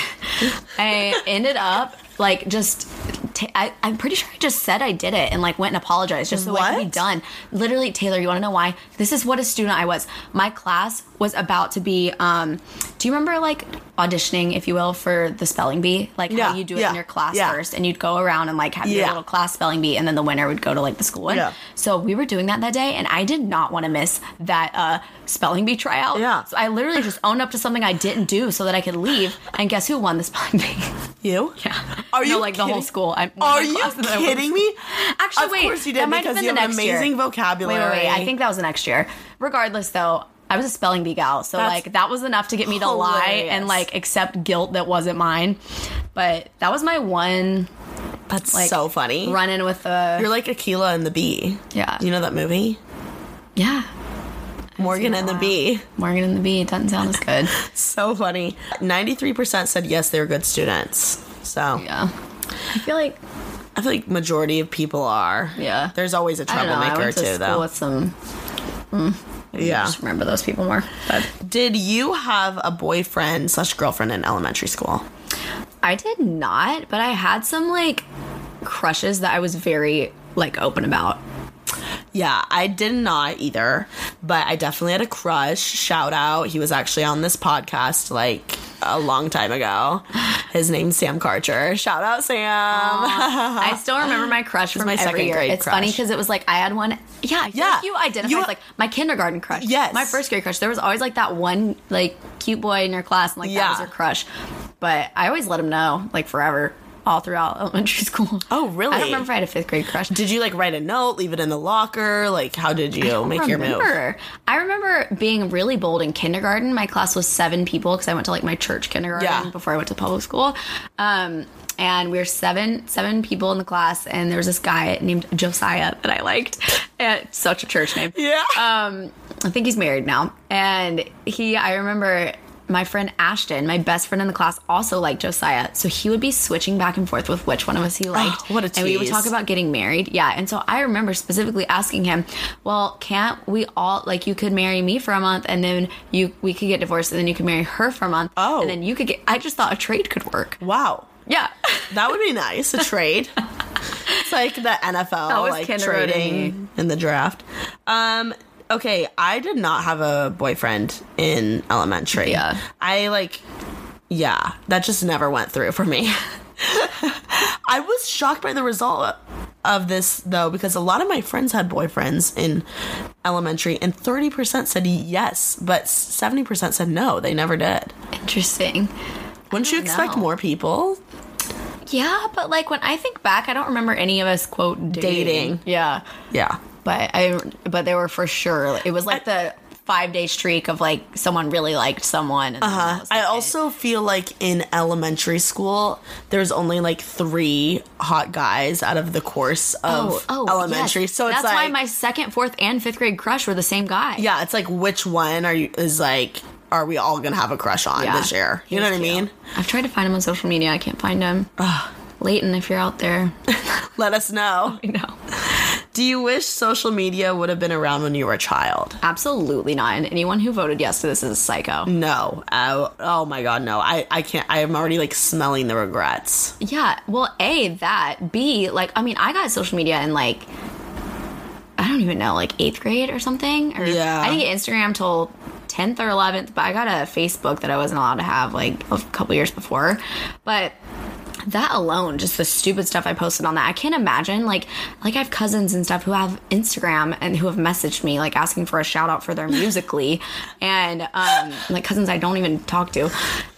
I ended up like just. ta I, I'm pretty sure I just said I did it and like went and apologized just so I could be
What?
done. Literally, Taylor, you want to know why? This is what a student I was. My class was about to be. Um, do you remember like auditioning, if you will, for the spelling bee? Like
Yeah,
how you do it
yeah,
in your class
yeah.
first, and you'd go around and like have your
Yeah.
little class spelling bee, and then the winner would go to like the school one.
Yeah.
So we were doing that that day, and I did not want to miss that uh, spelling bee tryout.
Yeah.
So I literally just owned up to something I didn't do so that I could leave. And guess who won the spelling bee?
You?
yeah.
Are
no,
you
like the whole
kidding?
school? I, one
Are
of the
you
classes that I was-
kidding me?
Actually,
Of
wait.
course you
that
did
might have
because
been
you
the
have
next
amazing
year.
vocabulary.
Wait, wait, wait. I think that was the next year. Regardless, though, I was a spelling bee gal, so
That's
like that was enough to get me to lie and
hilarious.
like accept guilt that wasn't mine. But that was my one
that's
like
so funny.
run in with the
You're like Aquila and the Bee.
Yeah.
You know that movie?
yeah
Morgan and the Bee.
Morgan and the Bee. It doesn't sound as good.
So funny. 93% said yes, they were good students. So
Yeah, I feel like
I feel like majority of people are.
Yeah.
There's always a
I don't know. I
troublemaker
went to
too,
school
though.
with some. I
Yeah.
just remember those people more. But
Did you have a boyfriend slash girlfriend in elementary school?
I did not. But I had some like crushes that I was very like open about.
Yeah, I did not either, but I definitely had a crush. Shout out. He was actually on this podcast like a long time ago. His name's Sam Karcher. Shout out, Sam.
I still remember my crush from
Uh-huh. my
every
second
year.
grade
it's
crush.
funny because it was like I had one. Yeah, I feel
Yeah.
Like you identified
You-
as, like my kindergarten crush.
Yes.
my first grade crush. There was always like that one like cute boy in your class, and like that
Yeah.
was your crush. But I always let him know like forever, all throughout elementary school.
Oh, really?
I don't remember if I had a fifth grade crush.
Did you like write a note, leave it in the locker? Like, how did you make your move?
remember. I remember being really bold in kindergarten. My class was seven people because I went to like my church kindergarten
Yeah.
before I went to public school. Um, and we were seven seven people in the class, and there was this guy named Josiah that I liked. And such a church name.
Yeah.
Um, I think he's married now, and he. I remember. My friend Ashton, my best friend in the class, also liked Josiah. So he would be switching back and forth with which one of us he liked.
Oh, what a
And we would
tease.
talk about about getting married. Yeah. And so I remember specifically asking him, well, can't we all, like, you could marry me for a month and then you, we could get divorced and then you could marry her for a month.
Oh.
And then you could get, I just thought a trade could work.
wow.
Yeah.
That would be nice, a trade. it's like the NFL,
was
like
kindergarten-y.
trading in the draft. Um, okay, I did not have a boyfriend in elementary.
Yeah.
I like, yeah, that just never went through for me. I was shocked by the result of this though, because a lot of my friends had boyfriends in elementary, and 30% said yes, but 70% said no, they never did.
Interesting.
Wouldn't you
don't
expect
know.
more people?
Yeah. But like when I think back, I don't remember any of us quote dating.
Dating.
Yeah.
Yeah.
But I, but they were for sure, it was like the five day streak of like someone really liked someone. And uh huh.
Uh-huh. I also feel like in elementary school, there's only like three hot guys out of the course of elementary.
Oh, yes.
So it's
that's
like,
why my second, fourth, and fifth grade crush were the same guy.
yeah, it's like which one are you is like are we all gonna have a crush on
Yeah.
this year? You
He
know what
was
I
cute.
mean?
I've tried to find him on social media. I can't find him. Layton, if you're out there,
Let us know.
you know.
Do you wish social media would have been around when you were a child?
Absolutely not. And anyone who voted yes to this is a psycho.
No. Oh, oh my god, no. I, I can't. I am already like smelling the regrets.
Yeah. Well, A, that. B, like, I mean, I got social media in like, I don't even know, like eighth grade or something. Or
Yeah.
I didn't get Instagram till 10th or 11th, but I got a Facebook that I wasn't allowed to have like a couple years before. But that alone just the stupid stuff i posted on that i can't imagine like like i have cousins and stuff who have instagram and who have messaged me like asking for a shout out for their musically and um like cousins i don't even talk to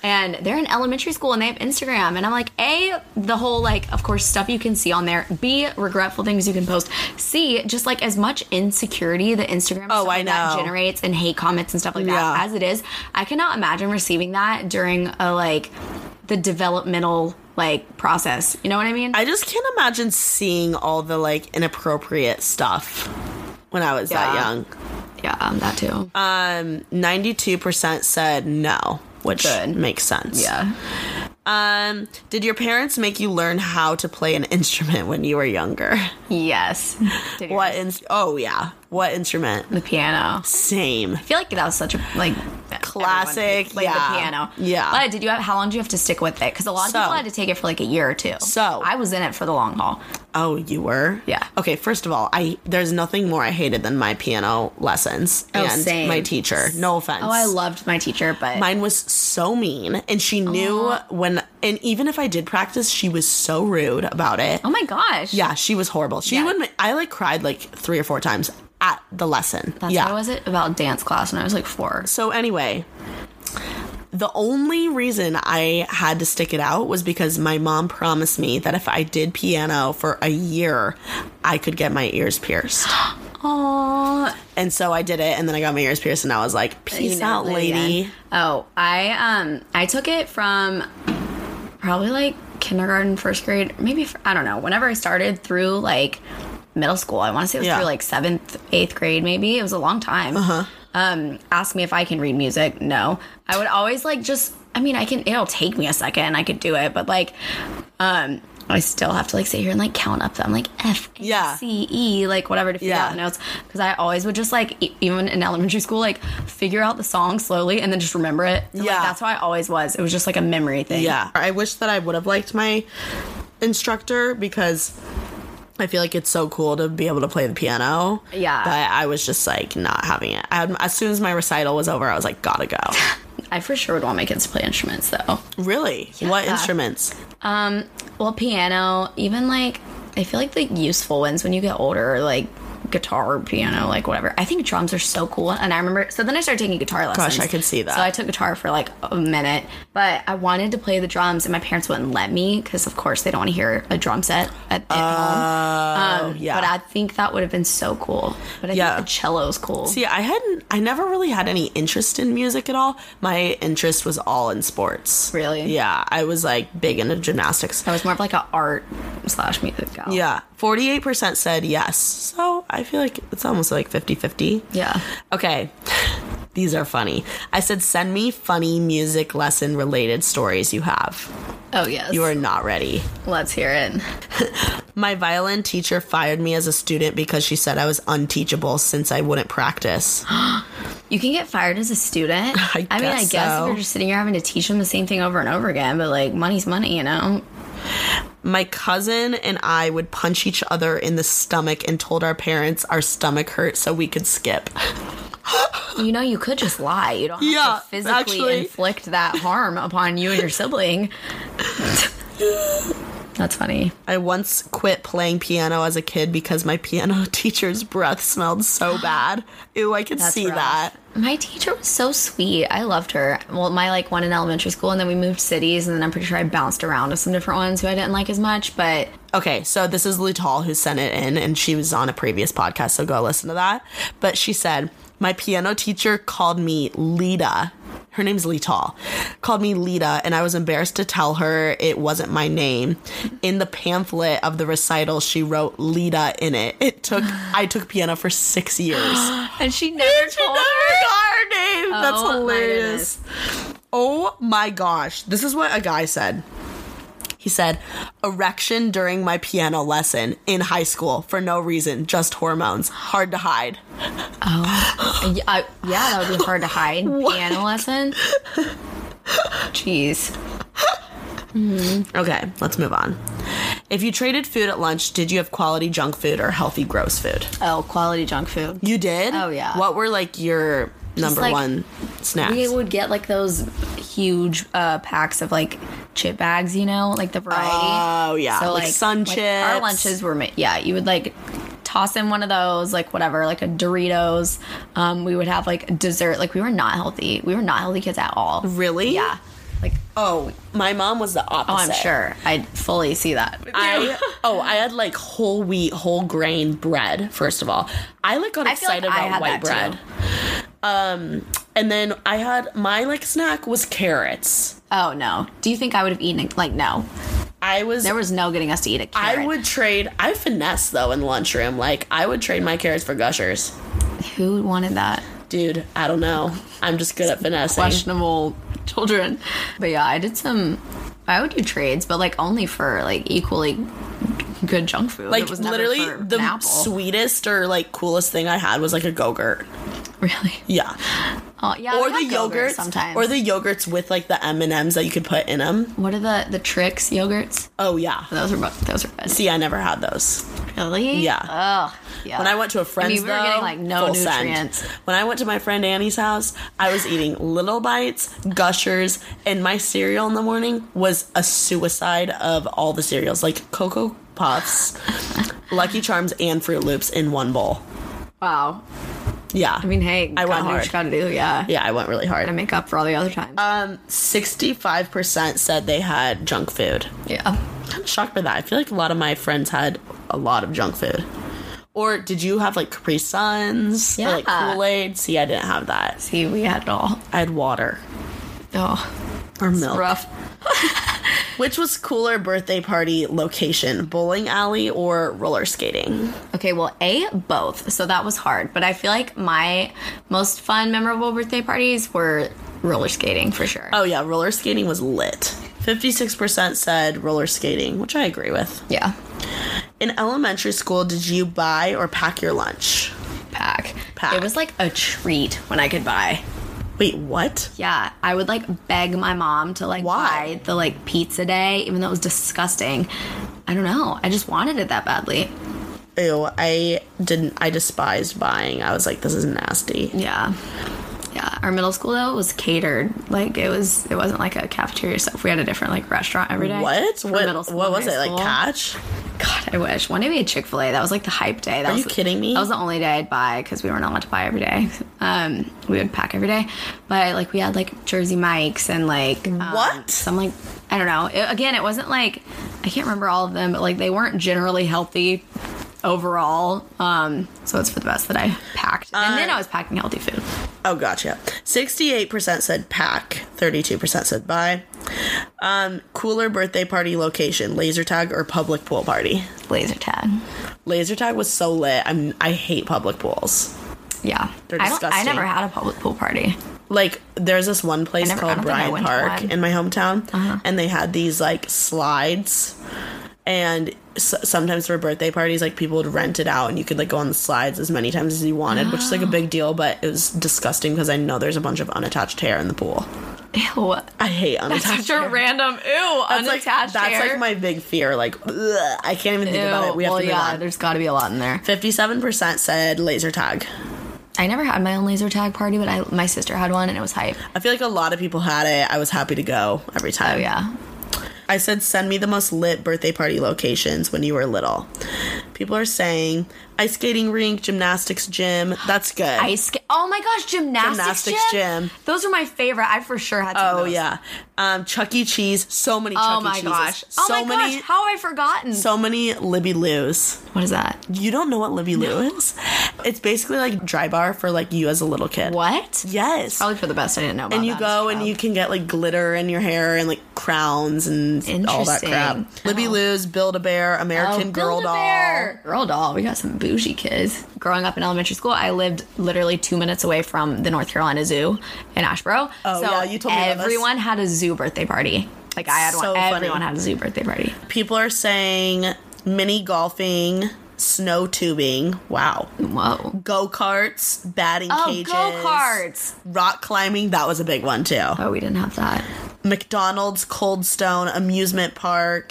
and they're in elementary school and they have instagram and i'm like a the whole like of course stuff you can see on there b regretful things you can post c just like as much insecurity that instagram
Oh, I
stuff like that
know.
generates and hate comments and stuff like that
Yeah.
as it is i cannot imagine receiving that during a like the developmental like process you know what i mean
I just can't imagine seeing all the like inappropriate stuff when I was that
Yeah.
young.
yeah um, that too
Um, 92% said no, which
Good.
makes sense.
yeah
Um, did your parents make you learn how to play an instrument when you were younger?
yes Did you-
What in- Oh yeah. What instrument?
the piano i
Same.
feel like that was such a like
Classic,
everyone played
yeah.
the piano
Yeah.
but did you have how long do you have to stick with it because a lot of
So-
people had to take it for like a year or two
So-
i was in it for the long haul
Oh, you were?
Yeah.
Okay, first of all, I there's nothing more I hated than my piano lessons
Oh,
and
same.
my teacher. No offense.
oh i loved my teacher but
Mine was so mean and she knew when and even if I did practice, she was so rude about it.
oh my gosh
Yeah, she was horrible. She
Yeah.
would ma- I like cried like 3 or 4 times at the lesson.
that's
yeah.
what was it about dance class when i was like four
So anyway, the only reason I had to stick it out was because my mom promised me that if I did piano for a year, I could get my ears pierced.
oh
And so I did it, and then I got my ears pierced, and I was like, "Peace
know,
out,
but
lady."
again- Oh, I um I took it from probably like kindergarten, first grade, maybe fir- I don't know. Whenever I started through like middle school, I want to say it was
Yeah. Uh-huh.
through like seventh, eighth grade, maybe it was a long time. Um, ask me if I can read music. No, I would always like just. I mean, I can. It'll take me a second. I could do it, but like, um. I still have to like sit here and like count up. I'm like F A
Yeah.
C E, like whatever to figure
Yeah.
out the notes. Because I always would just like e- even in elementary school like figure out the song slowly and then just remember it. And, like,
Yeah.
that's how I always was. It was just like a memory thing.
Yeah, I wish that I would have liked my instructor because I feel like it's so cool to be able to play the piano.
Yeah.
but I was just like not having it. I had, as soon as my recital was over, I was like, "Gotta go."
I for sure would want my kids to play instruments though.
really? What instruments?
Um, well, piano, even like I feel like the useful ones when you get older, are, like guitar, piano, like whatever. I think drums are so cool, and I remember. So then I started taking guitar lessons.
I could see that.
So I took guitar for like a minute, but I wanted to play the drums, and my parents wouldn't let me because, of course, they don't want to hear a drum set at, at home. Um,
Oh, yeah.
But I think that would have been so cool. But I
Yeah.
think the cello's cool.
See, I hadn't. I never really had any interest in music at all. My interest was all in sports.
Really? Oh.
Yeah, I was like big into gymnastics.
I was more of like an art slash music gal.
Yeah, 48% said yes. So I feel like it's almost like 50 50.
Yeah.
Okay, these are funny. I said, send me funny music lesson related stories you have.
Oh yes.
You are not ready.
Let's hear it.
My violin teacher fired me as a student because she said I was unteachable since I wouldn't practice.
You can get fired as a student.
I
mean, I
guess
guess
so.
if you're just sitting here having to teach them the same thing over and over again, but like money's money, you know?
My cousin and I would punch each other in the stomach and told our parents our stomach hurt so we could skip.
You know, you could just lie. You don't have
Yeah,
to physically
actually.
inflict that harm upon you and your sibling. That's funny.
I once quit playing piano as a kid because my piano teacher's breath smelled so bad. Ew, I could see
rough.
that.
My teacher was so sweet. I loved her. Well, my like one in elementary school, and then we moved cities, and then I'm pretty sure I bounced around with some different ones who I didn't like as much. But
Okay, so this is Lutal who sent it in, and she was on a previous podcast, so go listen to that. But she said, My piano teacher called me Lita. Her name's Lital. Called me Lita, and I was embarrassed to tell her it wasn't my name. In the pamphlet of the recital, she wrote Lita in it. It took I took piano for six years.
and she never
She never got her name. That's
Oh, my
hilarious.
goodness.
oh my gosh. This is what a guy said. He said, erection during my piano lesson in high school for no reason, just hormones. Hard to hide.
Y- uh, yeah, that would be hard to hide. Piano lesson. Jeez.
Okay, let's move on. If you traded food at lunch, did you have quality junk food or healthy gross food?
Oh, quality junk food.
You did?
Oh, yeah.
What were like your number
like-
one snacks?
We would get like those huge uh, packs of like chip bags, you know, like the variety.
Oh, yeah, like sun
Our
chips.
lunches were ma- yeah. You would like toss in one of those, like whatever, like a Doritos. Um, we would have like dessert. Like we were not healthy. We were not healthy kids at all.
Really?
Yeah. Like
Oh, my mom was the opposite.
oh, I'm sure. I fully see that.
I oh, I had like whole wheat, whole grain bread. First of all, I like got
I feel like
excited
I
about
had
white
that,
bread. Um, and then I had my like snack was carrots.
oh no. Do you think I would have eaten it? Like no.
I was.
There was no getting us to eat a carrot.
I would trade. I finesse though in the lunchroom. Like I would trade my carrots for gushers.
Who wanted that?
Dude, I don't know. I'm just good at finessing.
questionable children. But yeah, I did some. I would do trades, but like only for like equally good junk food.
Like
it was never
literally,
for
the
an apple.
sweetest or like coolest thing I had was like a go-gurt.
really.
Yeah,
Oh yeah,
or
we
the
had Go-Gurt
yogurts
sometimes.
or the yogurts with like the M and M's that you could put in them.
what are the the tricks yogurts?
Oh yeah,
Those are both. Those are good.
See, I never had those.
really?
Yeah.
Ugh. Yeah.
When I went to a friend's,
we were
though,
getting, like, no
full send.
nutrients.
When I went to my friend Annie's house, I was eating little bites, gushers, and my cereal in the morning was a suicide of all the cereals, like Cocoa Puffs, Lucky Charms, and Fruit Loops in one bowl.
Wow.
Yeah,
I mean, hey,
I went
gotta do what
hard.
you gotta do. Yeah.
Yeah, I went really
Gotta
hard.
make up for all the other times.
Um, sixty-five percent said they had junk food.
yeah.
Kind of shocked by that. I feel like a lot of my friends had a lot of junk food. Or did you have like Capri Suns or like
Yeah.
Kool Aid? See, I didn't have that.
See, we had it all.
I had water
Oh,
or milk.
rough.
Which was cooler birthday party location, bowling alley or roller skating?
Okay, well, A, both. So that was hard. But I feel like my most fun, memorable birthday parties were roller skating for sure.
Oh, yeah, roller skating was lit. 56% said roller skating, which I agree with.
Yeah,
In elementary school, did you buy or pack your lunch?
pack.
Pack.
It was like a treat when I could buy.
Wait, what?
Yeah, I would like beg my mom to like
Why?
buy the like pizza day, even though it was disgusting. I don't know. I just wanted it that badly.
Ew, I didn't, I despised buying. I was like, this is nasty.
Yeah. Yeah. Our middle school though was catered. Like it was it wasn't like a cafeteria stuff. We had a different like restaurant every day.
What?
for
What?
middle school
what
and
was
high
it? Like
school.
catch?
God, I wish. One day we had Chick Fil A. That was like the hype day. That
Are
was,
you kidding me?
That was the only day I'd buy because we weren't allowed to buy every day. Um, we would pack every day, but like we had like Jersey Mike's and like um,
What?
Some like I don't know. It- again, it wasn't like I can't remember all of them, but like they weren't generally healthy overall. Um, so it's for the best that I packed, and
Uh,
then I was packing healthy food.
Oh, gotcha. Sixty-eight percent said pack. Thirty-two percent said buy. Um, cooler birthday party location: laser tag or public pool party.
Laser tag.
Laser tag was so lit. I'm. I hate public pools.
Yeah,
They're
I don't. I
disgusting.
never had a public pool party.
Like there's this one place
never- I
called
don't think I
Bryant
went to
Park
one. Uh-huh.
in my hometown, and they had these like slides, and s- sometimes for birthday parties, like people would rent it out, and you could like go on the slides as many times as you wanted, which is
Oh.
like a big deal. But it was disgusting because I know there's a bunch of unattached hair in the pool.
Ew.
I hate unattached
Such a random ew
That's like-
unattached
That's
hair.
like my big fear. Like ugh, I can't even think about
Ew.
it. We have
well,
to move
yeah,
on.
there's got to be a lot in there.
Fifty-seven percent said laser tag.
I never had my own laser tag party, but I my sister had one and it was hype.
I feel like a lot of people had it. I was happy to go every time.
Oh yeah,
I said, send me the most lit birthday party locations when you were little. People are saying ice skating rink, gymnastics gym. That's good.
ice. Ca- oh my gosh, gymnastics,
Gymnastics
gym?
gym.
Those are my favorite. I for sure had. Some of
oh
those.
yeah, um, Chuck E. Cheese. So many.
Oh
Chuck E.
my
Cheeses.
gosh.
So
oh my
many.
gosh. How have I forgotten?
so many Libby Lou's.
what is that?
You don't know what Libby Lou is? It's basically like dry bar for like you as a little kid.
What?
Yes.
Probably for the best. I didn't know. About
and you
that as a
go and
child.
you can get like glitter in your hair and like crowns and all that crap.
Interesting.
Libby
Oh.
Lou's, Build a Bear, American Girl doll.
Build-A-Bear. Girl doll. We got some bougie kids. Growing up in elementary school, I lived literally two minutes away from the North Carolina Zoo in Ashboro.
Oh,
so
yeah, you told me about this.
everyone had a zoo birthday party. Like I had
So
one.
funny.
Everyone had a zoo birthday party.
People are saying mini golfing, snow tubing. Wow.
Whoa.
Go karts, batting
Oh,
cages.
go-karts.
Rock climbing. That was a big one too.
Oh, we didn't have that.
McDonald's, Cold Stone, amusement park,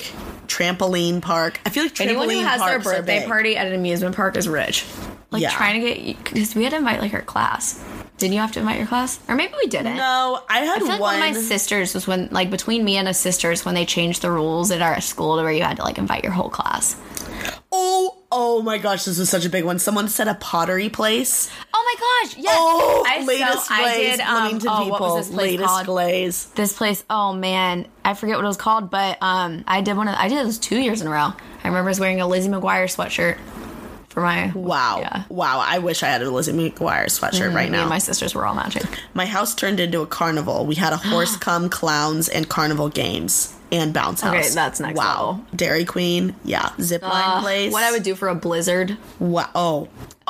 trampoline park. I feel like trampoline
Anyone who has their
parks are
birthday
big.
party at an amusement park is rich. Like
Yeah.
trying to get because we had to invite like her class. Didn't you have to invite your class? Or maybe we didn't.
No, I had
I feel like
one.
one of my sisters was when like between me and a sister's when they changed the rules at our school to where you had to like invite your whole class.
oh, oh my gosh, this was such a big one. Someone said a pottery place.
Oh my gosh! Yes,
Oh,
I,
latest
so, I
glaze,
did. Um,
Bloomington
oh,
people.
what was this place
latest
called?
glaze.
this place oh man i forget what it was called but um i did one of i did those two years in a row i remember I was wearing a lizzie mcguire sweatshirt for my
Wow,
yeah Mm-hmm,
wow! I wish I had a Lizzie McGuire sweatshirt right
me
now.
and my
My-,
sisters were all matching
house turned into a carnival. We had a horse come, clowns, and carnival games. And bounce house.
Okay, that's next
Wow,
level.
Dairy Queen, yeah, zipline
Uh,
place.
what i would do for a blizzard
Wow. Oh,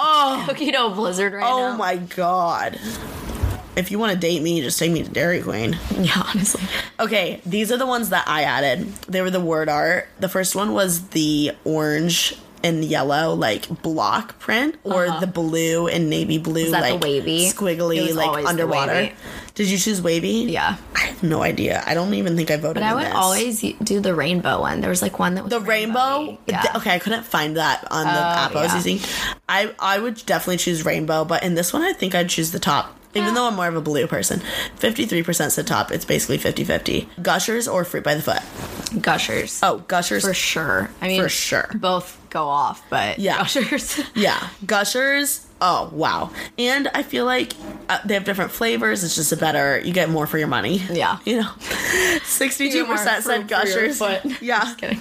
Hokkaido blizzard right
Oh
now
my god. If you want to date me, just take me to Dairy Queen.
yeah honestly
Okay, these are the ones that I added. They were the word art. The first one was the orange and yellow, like block print, or the blue and navy blue,
Uh-huh. that the
like
wavy? It
squiggly,
was always
like
the
underwater.
wavy.
Did you choose wavy?
yeah
I have no idea. I don't even think I voted.
but i
in
would
this.
always do the rainbow one there was like one that was
the rainbow.
rainbowy. yeah Oh,
th- okay, I couldn't find that on the app I was
yeah.
using. I I would definitely choose rainbow, but in this one, I think I'd choose the top. Even
Yeah.
though I'm more of a blue person, 53% said top. It's basically 50 50. Gushers or fruit by the foot?
gushers
Oh, gushers.
for sure i mean
for sure.
both go off but
Yeah.
gushers
Yeah. Gushers. Oh, wow. And I feel like uh, they have different flavors. It's just a better, you get more for your money.
Yeah.
You know, 62% said
fruit for your
gushers.
foot.
Yeah.
kidding.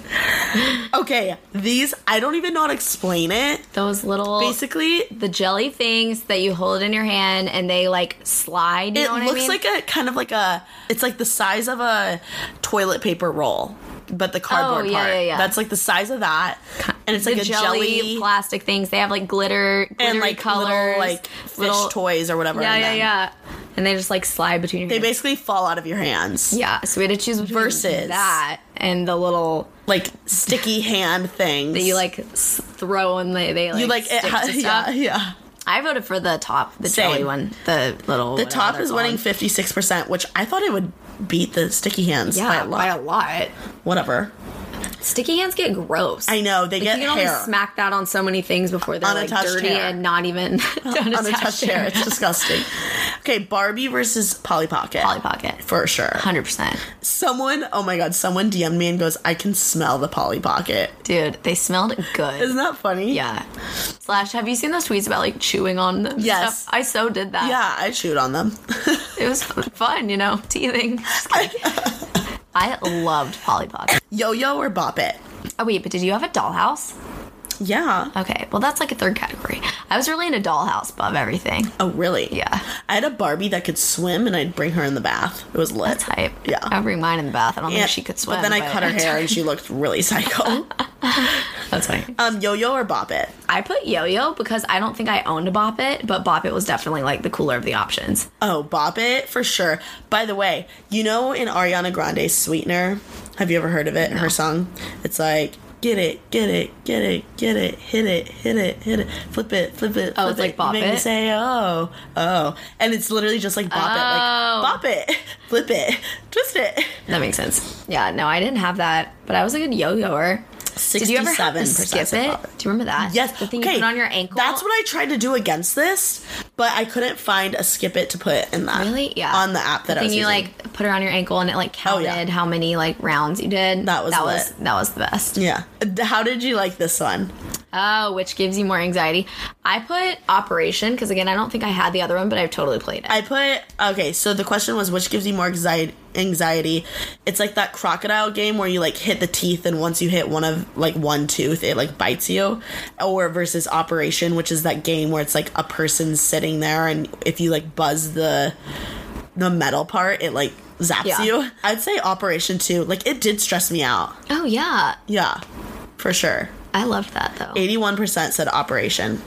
Okay. These, I don't even know how to explain it.
those little
Basically,
the jelly things that you hold in your hand and they like slide. You
It
know what
looks
I mean?
like a kind of like a. It's like the size of a toilet paper roll, but the cardboard
Oh, yeah,
part.
yeah, yeah.
That's like the size of that, and it's
The
like a jelly,
plastic things. They have like glitter, glittery
and like
colors,
little like fish
little-
toys or whatever.
Yeah,
in
yeah,
them.
yeah. And they just like slide between your
They
hands.
basically fall out of your hands.
yeah, so we had to choose between
Versus-
that and the little
like sticky hand things
that you like s- throw and they they like,
You like it?
stick
Ha-
to
yeah,
stuff.
yeah.
I voted for the top, the
Same.
jelly one, the little
The top is winning fifty six percent, which I thought it would beat the sticky hands
yeah,
by a lot.
By a lot.
Whatever.
Sticky hands get gross.
I know they get
you can
hair
only smack that on so many things before they're like
Unattached
dirty
hair.
and not even unattached,
on a touch hair. It's disgusting. Okay, Barbie versus Polly Pocket.
Polly Pocket,
for sure.
hundred percent,
Someone, oh my god, someone DM'd me and goes, I can smell the Polly Pocket.
dude. They smelled good.
Isn't that funny?
Yeah. Slash, have you seen those tweets about like chewing on them? and
Yes.
stuff? I so did that.
Yeah, I chewed on them.
it was f- fun, you know, teething. Just kidding. I loved Polly Pocket.
Yo yo or bop it.
Oh wait, but did you have a dollhouse?
Yeah.
Okay, well that's like a third category. I was really into dollhouse above everything.
Oh, really?
Yeah.
I had a Barbie that could swim and I'd bring her in the bath. It was lit.
That's hype.
Yeah.
I would bring mine in the bath. I don't
Yeah,
think she could swim.
But then I cut her hair and she looked really psycho.
That's funny.
um, yo yo or bop it.
I put Yo Yo because I don't think I owned a Bop It, but Bop It was definitely like the cooler of the options.
Oh, bop it for sure. By the way, you know in Ariana Grande's Sweetener, have you ever heard of it? Her song, it's like get it, get it, get it, get it, hit it, hit it, hit it, flip it, flip it.
Oh,
flip
it's like
You
Bop
make me
It?
say oh, oh, and it's literally just like bop
Oh.
it, like bop it, flip it, twist it.
That makes sense. Yeah, no, I didn't have that, but I was a good yo yoer. Did you ever have the
67%
skip
said
it?
Bop It.
Do you remember that?
Yes.
the thing
okay.
you put on your ankle.
That's what I tried to do against this, but I couldn't find a skip it to put in that.
really yeah
On the app that I
the thing
was
you
using.
like put around your ankle and it like
Oh,
counted
yeah.
how many like rounds you did.
That was
that
lit.
was that was the best.
Yeah. How did you like this one?
Oh, which gives you more anxiety. I put Operation because again I don't think I had the other one, but I've totally played it.
I put okay. So the question was, which gives you more anxiety? Anxiety. It's like that crocodile game where you like hit the teeth, and once you hit one of like one tooth, it like bites you. Or versus Operation, which is that game where it's like a person sitting there, and if you like buzz the the metal part, it like zaps
Yeah.
you. I'd say Operation Two. Like it did stress me out.
oh yeah,
Yeah, for sure.
I loved that though.
Eighty-one percent said Operation.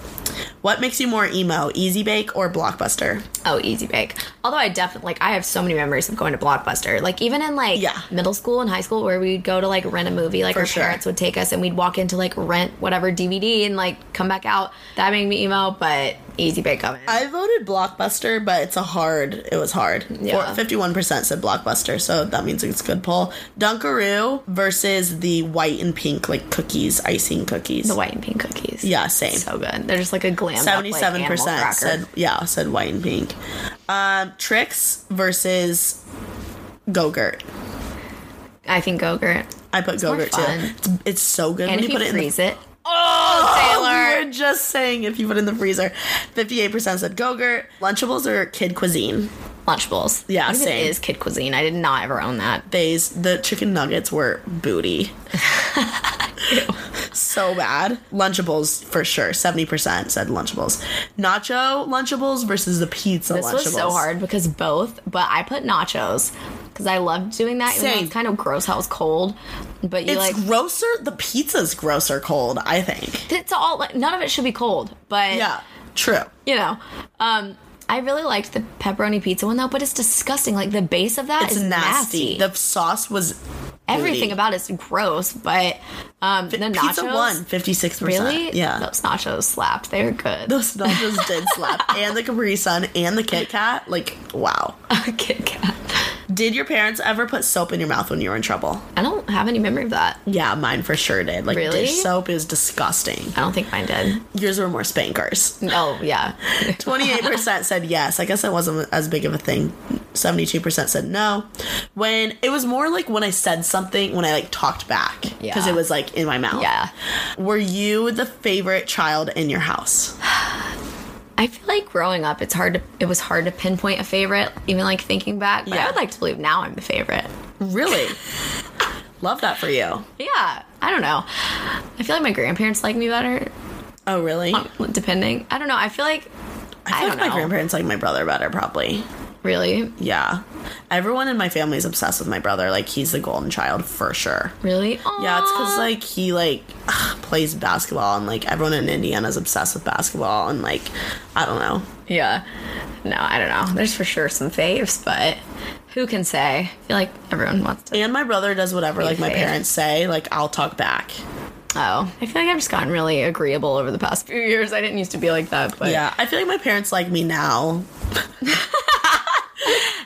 What makes you more emo, Easy Bake or Blockbuster?
Oh, easy bake. Although I definitely like I have so many memories of going to Blockbuster. Like even in like
Yeah.
middle school and high school where we'd go to like rent a movie, like our
sure.
parents would take us and we'd walk into like rent whatever DVD and like come back out. That made me emo, but easy bake oven.
I voted Blockbuster, but it's a hard. It was hard.
Yeah.
Fifty-one percent said Blockbuster, so that means it's a good poll. Dunkaroo versus the white and pink like cookies, icing cookies.
the white and pink cookies.
Yeah, same.
So good. They're just like a glam.
Seventy-seven
Seventy-seven
percent said yeah, said white and pink. Um, Tricks versus Go-Gurt.
I think Gogurt.
I put
more
Go-Gurt too.
fun.
It's, it's so good
And
when
if
you
you
put it in the
freeze it.
Oh,
Taylor.
we were just saying if you put it in the freezer. 58% said Go-Gurt. Lunchables or Kid Cuisine?
Lunchables.
Yeah,
What even
same.
is kid cuisine? I did not ever own that.
They's, the chicken nuggets were booty. so bad. Lunchables, for sure. 70% said Lunchables. Nacho Lunchables versus the pizza
This
Lunchables.
was so hard because both, but I put nachos because I loved doing that. Even though
Same.
it's kind of gross how it's cold, but you
It's
like
grosser. The pizza's grosser cold, I think.
it's all like none of it should be cold, but
Yeah, true.
you know, um, I really liked the pepperoni pizza one though, but it's disgusting. Like the base of that
It's
is
nasty.
nasty.
The sauce was
Everything
booty.
about it's gross, but um, the nachos.
pizza one, 56%.
Really?
Yeah.
Those nachos slapped. They were good.
Those nachos did slap, and the Capri Sun, and the Kit Kat. Like, wow.
Kit Kat.
Did your parents ever put soap in your mouth when you were in trouble?
I don't have any memory of that.
Yeah, mine for sure did. Like,
Really?
dish soap is disgusting.
I don't think mine did.
Yours were more spankers.
Oh yeah.
28% said yes. I guess that wasn't as big of a thing. 72% said no. When it was more like when I said something, when I like talked back, because
Yeah.
it was like in my mouth.
Yeah.
Were you the favorite child in your house?
I feel like growing up, it's hard to it was hard to pinpoint a favorite, even like thinking back. But
Yeah.
I would like to believe now I'm the favorite.
Really? Love that for you.
Yeah, I don't know. I feel like my grandparents like me better,
Oh, really?
depending. I don't know. I feel like
I feel
I
like
don't
my
know.
grandparents like my brother better, probably.
really,
Yeah. Everyone in my family is obsessed with my brother. Like, he's the golden child for sure.
really.
Yeah, it's because,
Aw.
like, he, like, plays basketball, and, like, everyone in Indiana is obsessed with basketball, and, like, I don't know.
yeah. No, I don't know. There's for sure some faves, but who can say? I feel like everyone wants to.
And my brother does whatever, like, my
fave.
parents say. Like, I'll talk back.
Oh, I feel like I've just gotten really agreeable over the past few years. I didn't used to be like that, but
Yeah. I feel like my parents like me now.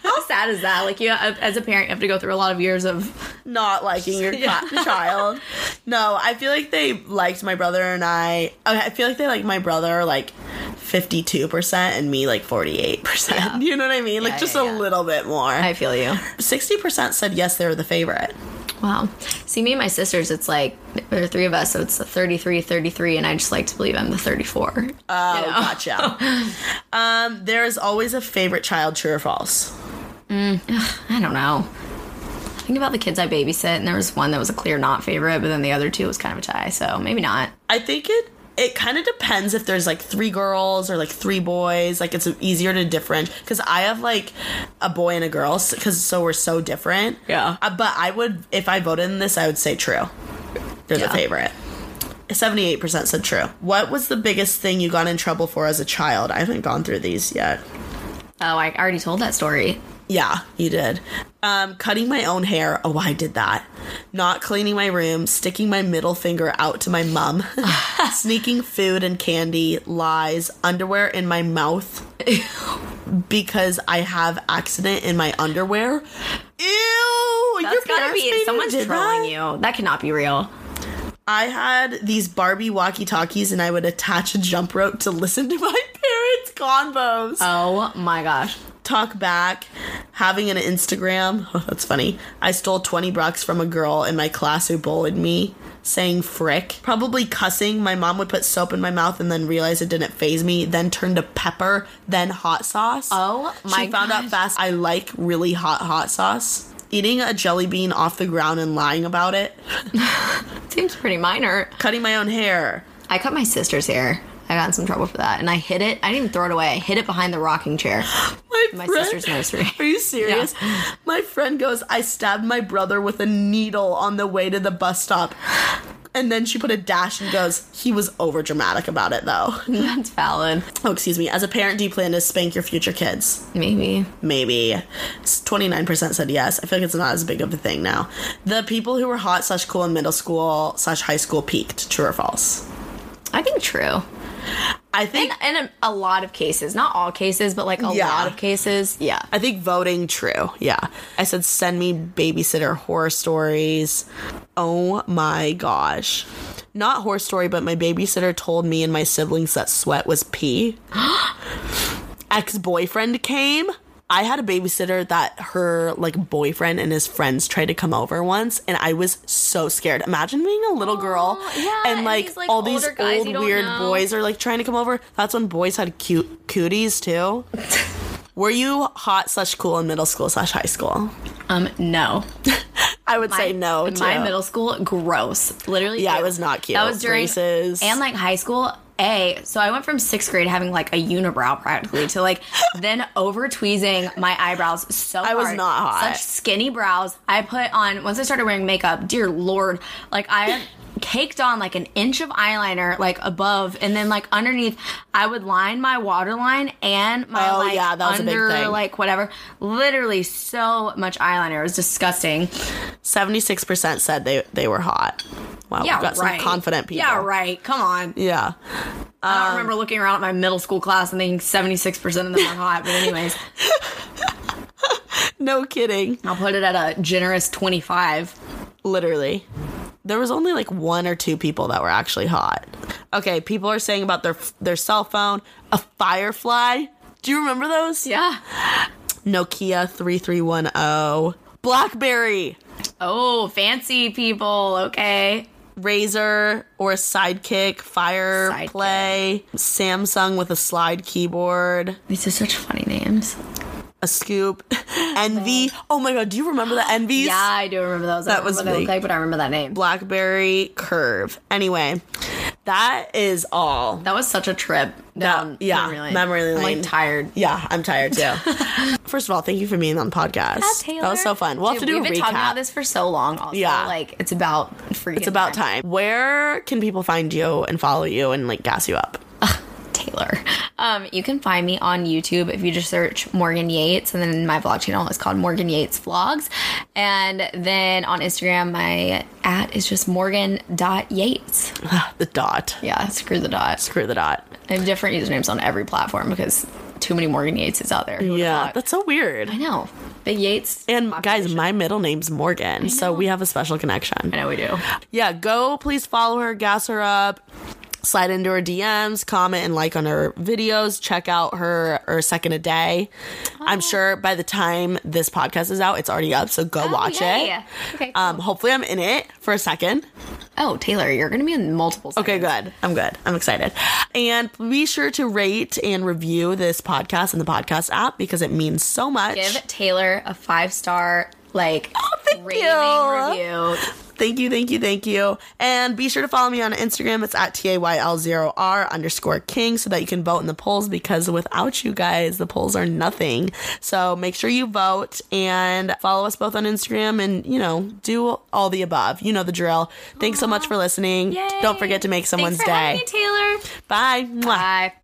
how sad is that? Like you, as a parent, you have to go through a lot of years of
Not liking your
Yeah.
ca- child. No, I feel like they liked my brother and I. Okay, I feel like they like my brother, like, 52% and me, like, 48%. You know what I mean? Like,
Yeah,
just
yeah,
a
yeah.
little bit more.
I feel you.
Sixty percent said yes, they were the favorite.
Wow. See, me and my sisters, it's like there are three of us, so it's the 33, 33, and I just like to believe I'm the 34.
Oh, gotcha. um, there is always a favorite child, true or false.
I don't know. Think about the kids I babysit, and there was one that was a clear not favorite, but then the other two was kind of a tie, so maybe not.
I think it it kind of depends if there's like three girls or like three boys. Like it's easier to different because I have like a boy and a girl because so we're so different.
Yeah.
Uh, but I would if I voted in this, I would say true. They're the
Yeah.
favorite. 78% said true. What was the biggest thing you got in trouble for as a child? I haven't gone through these yet.
Oh, I already told that story.
Yeah, you did. Um, cutting my own hair. Oh, I did that. Not cleaning my room, sticking my middle finger out to my mum, sneaking food and candy, lies, underwear in my mouth because I have accident in my underwear. Ew!
That's gotta
parents made
be
you
someone's
do
trolling
that?
you. That cannot be real.
I had these Barbie walkie talkies and I would attach a jump rope to listen to my parents' combos.
Oh my gosh.
talk back having an instagram that's funny i stole 20 bucks from a girl in my class who bullied me saying frick probably cussing my mom would put soap in my mouth and then realized it didn't phase me then turned to pepper then hot sauce
Oh my
she found out
gosh.
fast i like really hot hot sauce eating a jelly bean off the ground and lying about it
Seems pretty minor.
cutting my own hair
I cut my sister's hair. I got in some trouble for that, and I hid it. I didn't even throw it away. I hid it behind the rocking chair.
my,
My
friend-
sister's nursery.
Are you serious? My friend goes, I stabbed my brother with a needle on the way to the bus stop. And then she put a dash and goes, he was over dramatic about it though.
That's valid.
Oh, excuse me. As a parent, do you plan to spank your future kids?
Maybe.
Maybe. S- 29% said yes. I feel like it's not as big of a thing now. The people who were hot slash cool in middle school slash high school peaked. True or false?
I think true.
I think.
In a, a lot of cases, not all cases, but like a
Yeah.
lot of cases, yeah.
I think voting true. Yeah. I said send me babysitter horror stories. Oh my gosh. Not horror story, but my babysitter told me and my siblings that sweat was pee. Ex boyfriend came. I had a babysitter that her like boyfriend and his friends tried to come over once, and I was so scared. Imagine being a little girl
yeah,
and
and
like,
these, like,
all these
older guys you
old
don't
weird
know.
boys are like trying to come over. That's when boys had cute cooties too. Were you hot slash cool in middle school slash high school?
Um, no.
I would say
My-
no.
My
too.
middle school, gross. Literally,
Yeah, it
ew.
was not cute.
That was during
Braces.
and like high school. A, so I went from sixth grade having like a unibrow practically to like then over tweezing my eyebrows so
I was
hard.
not hot.
Such skinny brows. I put on once I started wearing makeup. Dear lord, like I caked on like an inch of eyeliner like above and then like underneath. I would line my waterline and my
Oh,
like
yeah, that was a big
under
thing.
like whatever. Literally so much eyeliner. It was disgusting.
seventy six percent said they they were hot. Wow,
Yeah,
we've Oh, got
right.
some confident people.
Yeah, right. Come on.
Yeah.
I don't remember looking around at my middle school class and thinking 76% of them are hot, but anyways,
No kidding.
I'll put it at a generous 25.
Literally. There was only like one or two people that were actually hot. Okay, people are saying about their their cell phone, a firefly. Do you remember those?
Yeah.
Nokia 3310, oh. BlackBerry,
Oh, fancy people. Okay.
Razor or a Sidekick, Fire
Sidekick.
Play, Samsung with a slide keyboard,
These are such funny names.
a scoop, Envy. Oh my god, do you remember the Envies?
Yeah, I do remember those.
That
I don't
was
remember what they
big.
look like, but I remember that name.
BlackBerry Curve. Anyway, that is all.
That was such a trip down
yeah,
memory lane.
memory
I'm,
lane.
like tired.
Yeah, I'm tired too. First of all, thank you for being on the podcast. that was so fun. We'll have to
Dude,
do a
We've
recap.
been talking about this for so long. Also.
Yeah.
Like, it's about freaking
It's about time. Where can people find you and follow you and like gas you up?
Taylor. Um, you can find me on YouTube if you just search Morgan Yates, and then my vlog channel is called Morgan Yates Vlogs. And then on Instagram, my at is just morgan.yates.
The dot.
Yeah, screw the dot.
Screw the dot.
I have different usernames on every platform because too many Morgan Yates is out there. Who would've
Yeah,
thought?
that's so weird.
I know. But Yates.
And guys, my middle name's Morgan, so we have a special connection.
I know we do.
Yeah, go please follow her, gas her up, slide into her DMs, comment and like on her videos, check out her her second a day.
Oh.
I'm sure by the time this podcast is out, it's already up, so go watch
Oh, yay.
it.
Okay,
Um hopefully I'm in it for a second.
Oh, Taylor, you're going to be in multiple.
Okay,
segments.
good. I'm good. I'm excited. And be sure to rate and review this podcast in the podcast app because it means so much.
Give Taylor a five star, like,
Oh, thank
rating
you.
review.
Thank you, thank you, thank you. And be sure to follow me on Instagram. It's at TAYL0R underscore king so that you can vote in the polls because without you guys, the polls are nothing. So make sure you vote and follow us both on Instagram and, you know, do all the above. You know the drill. Thanks so much for listening. Don't forget to make someone's
Thanks for
day.
having me, Taylor.
Bye. Mwah.
Bye.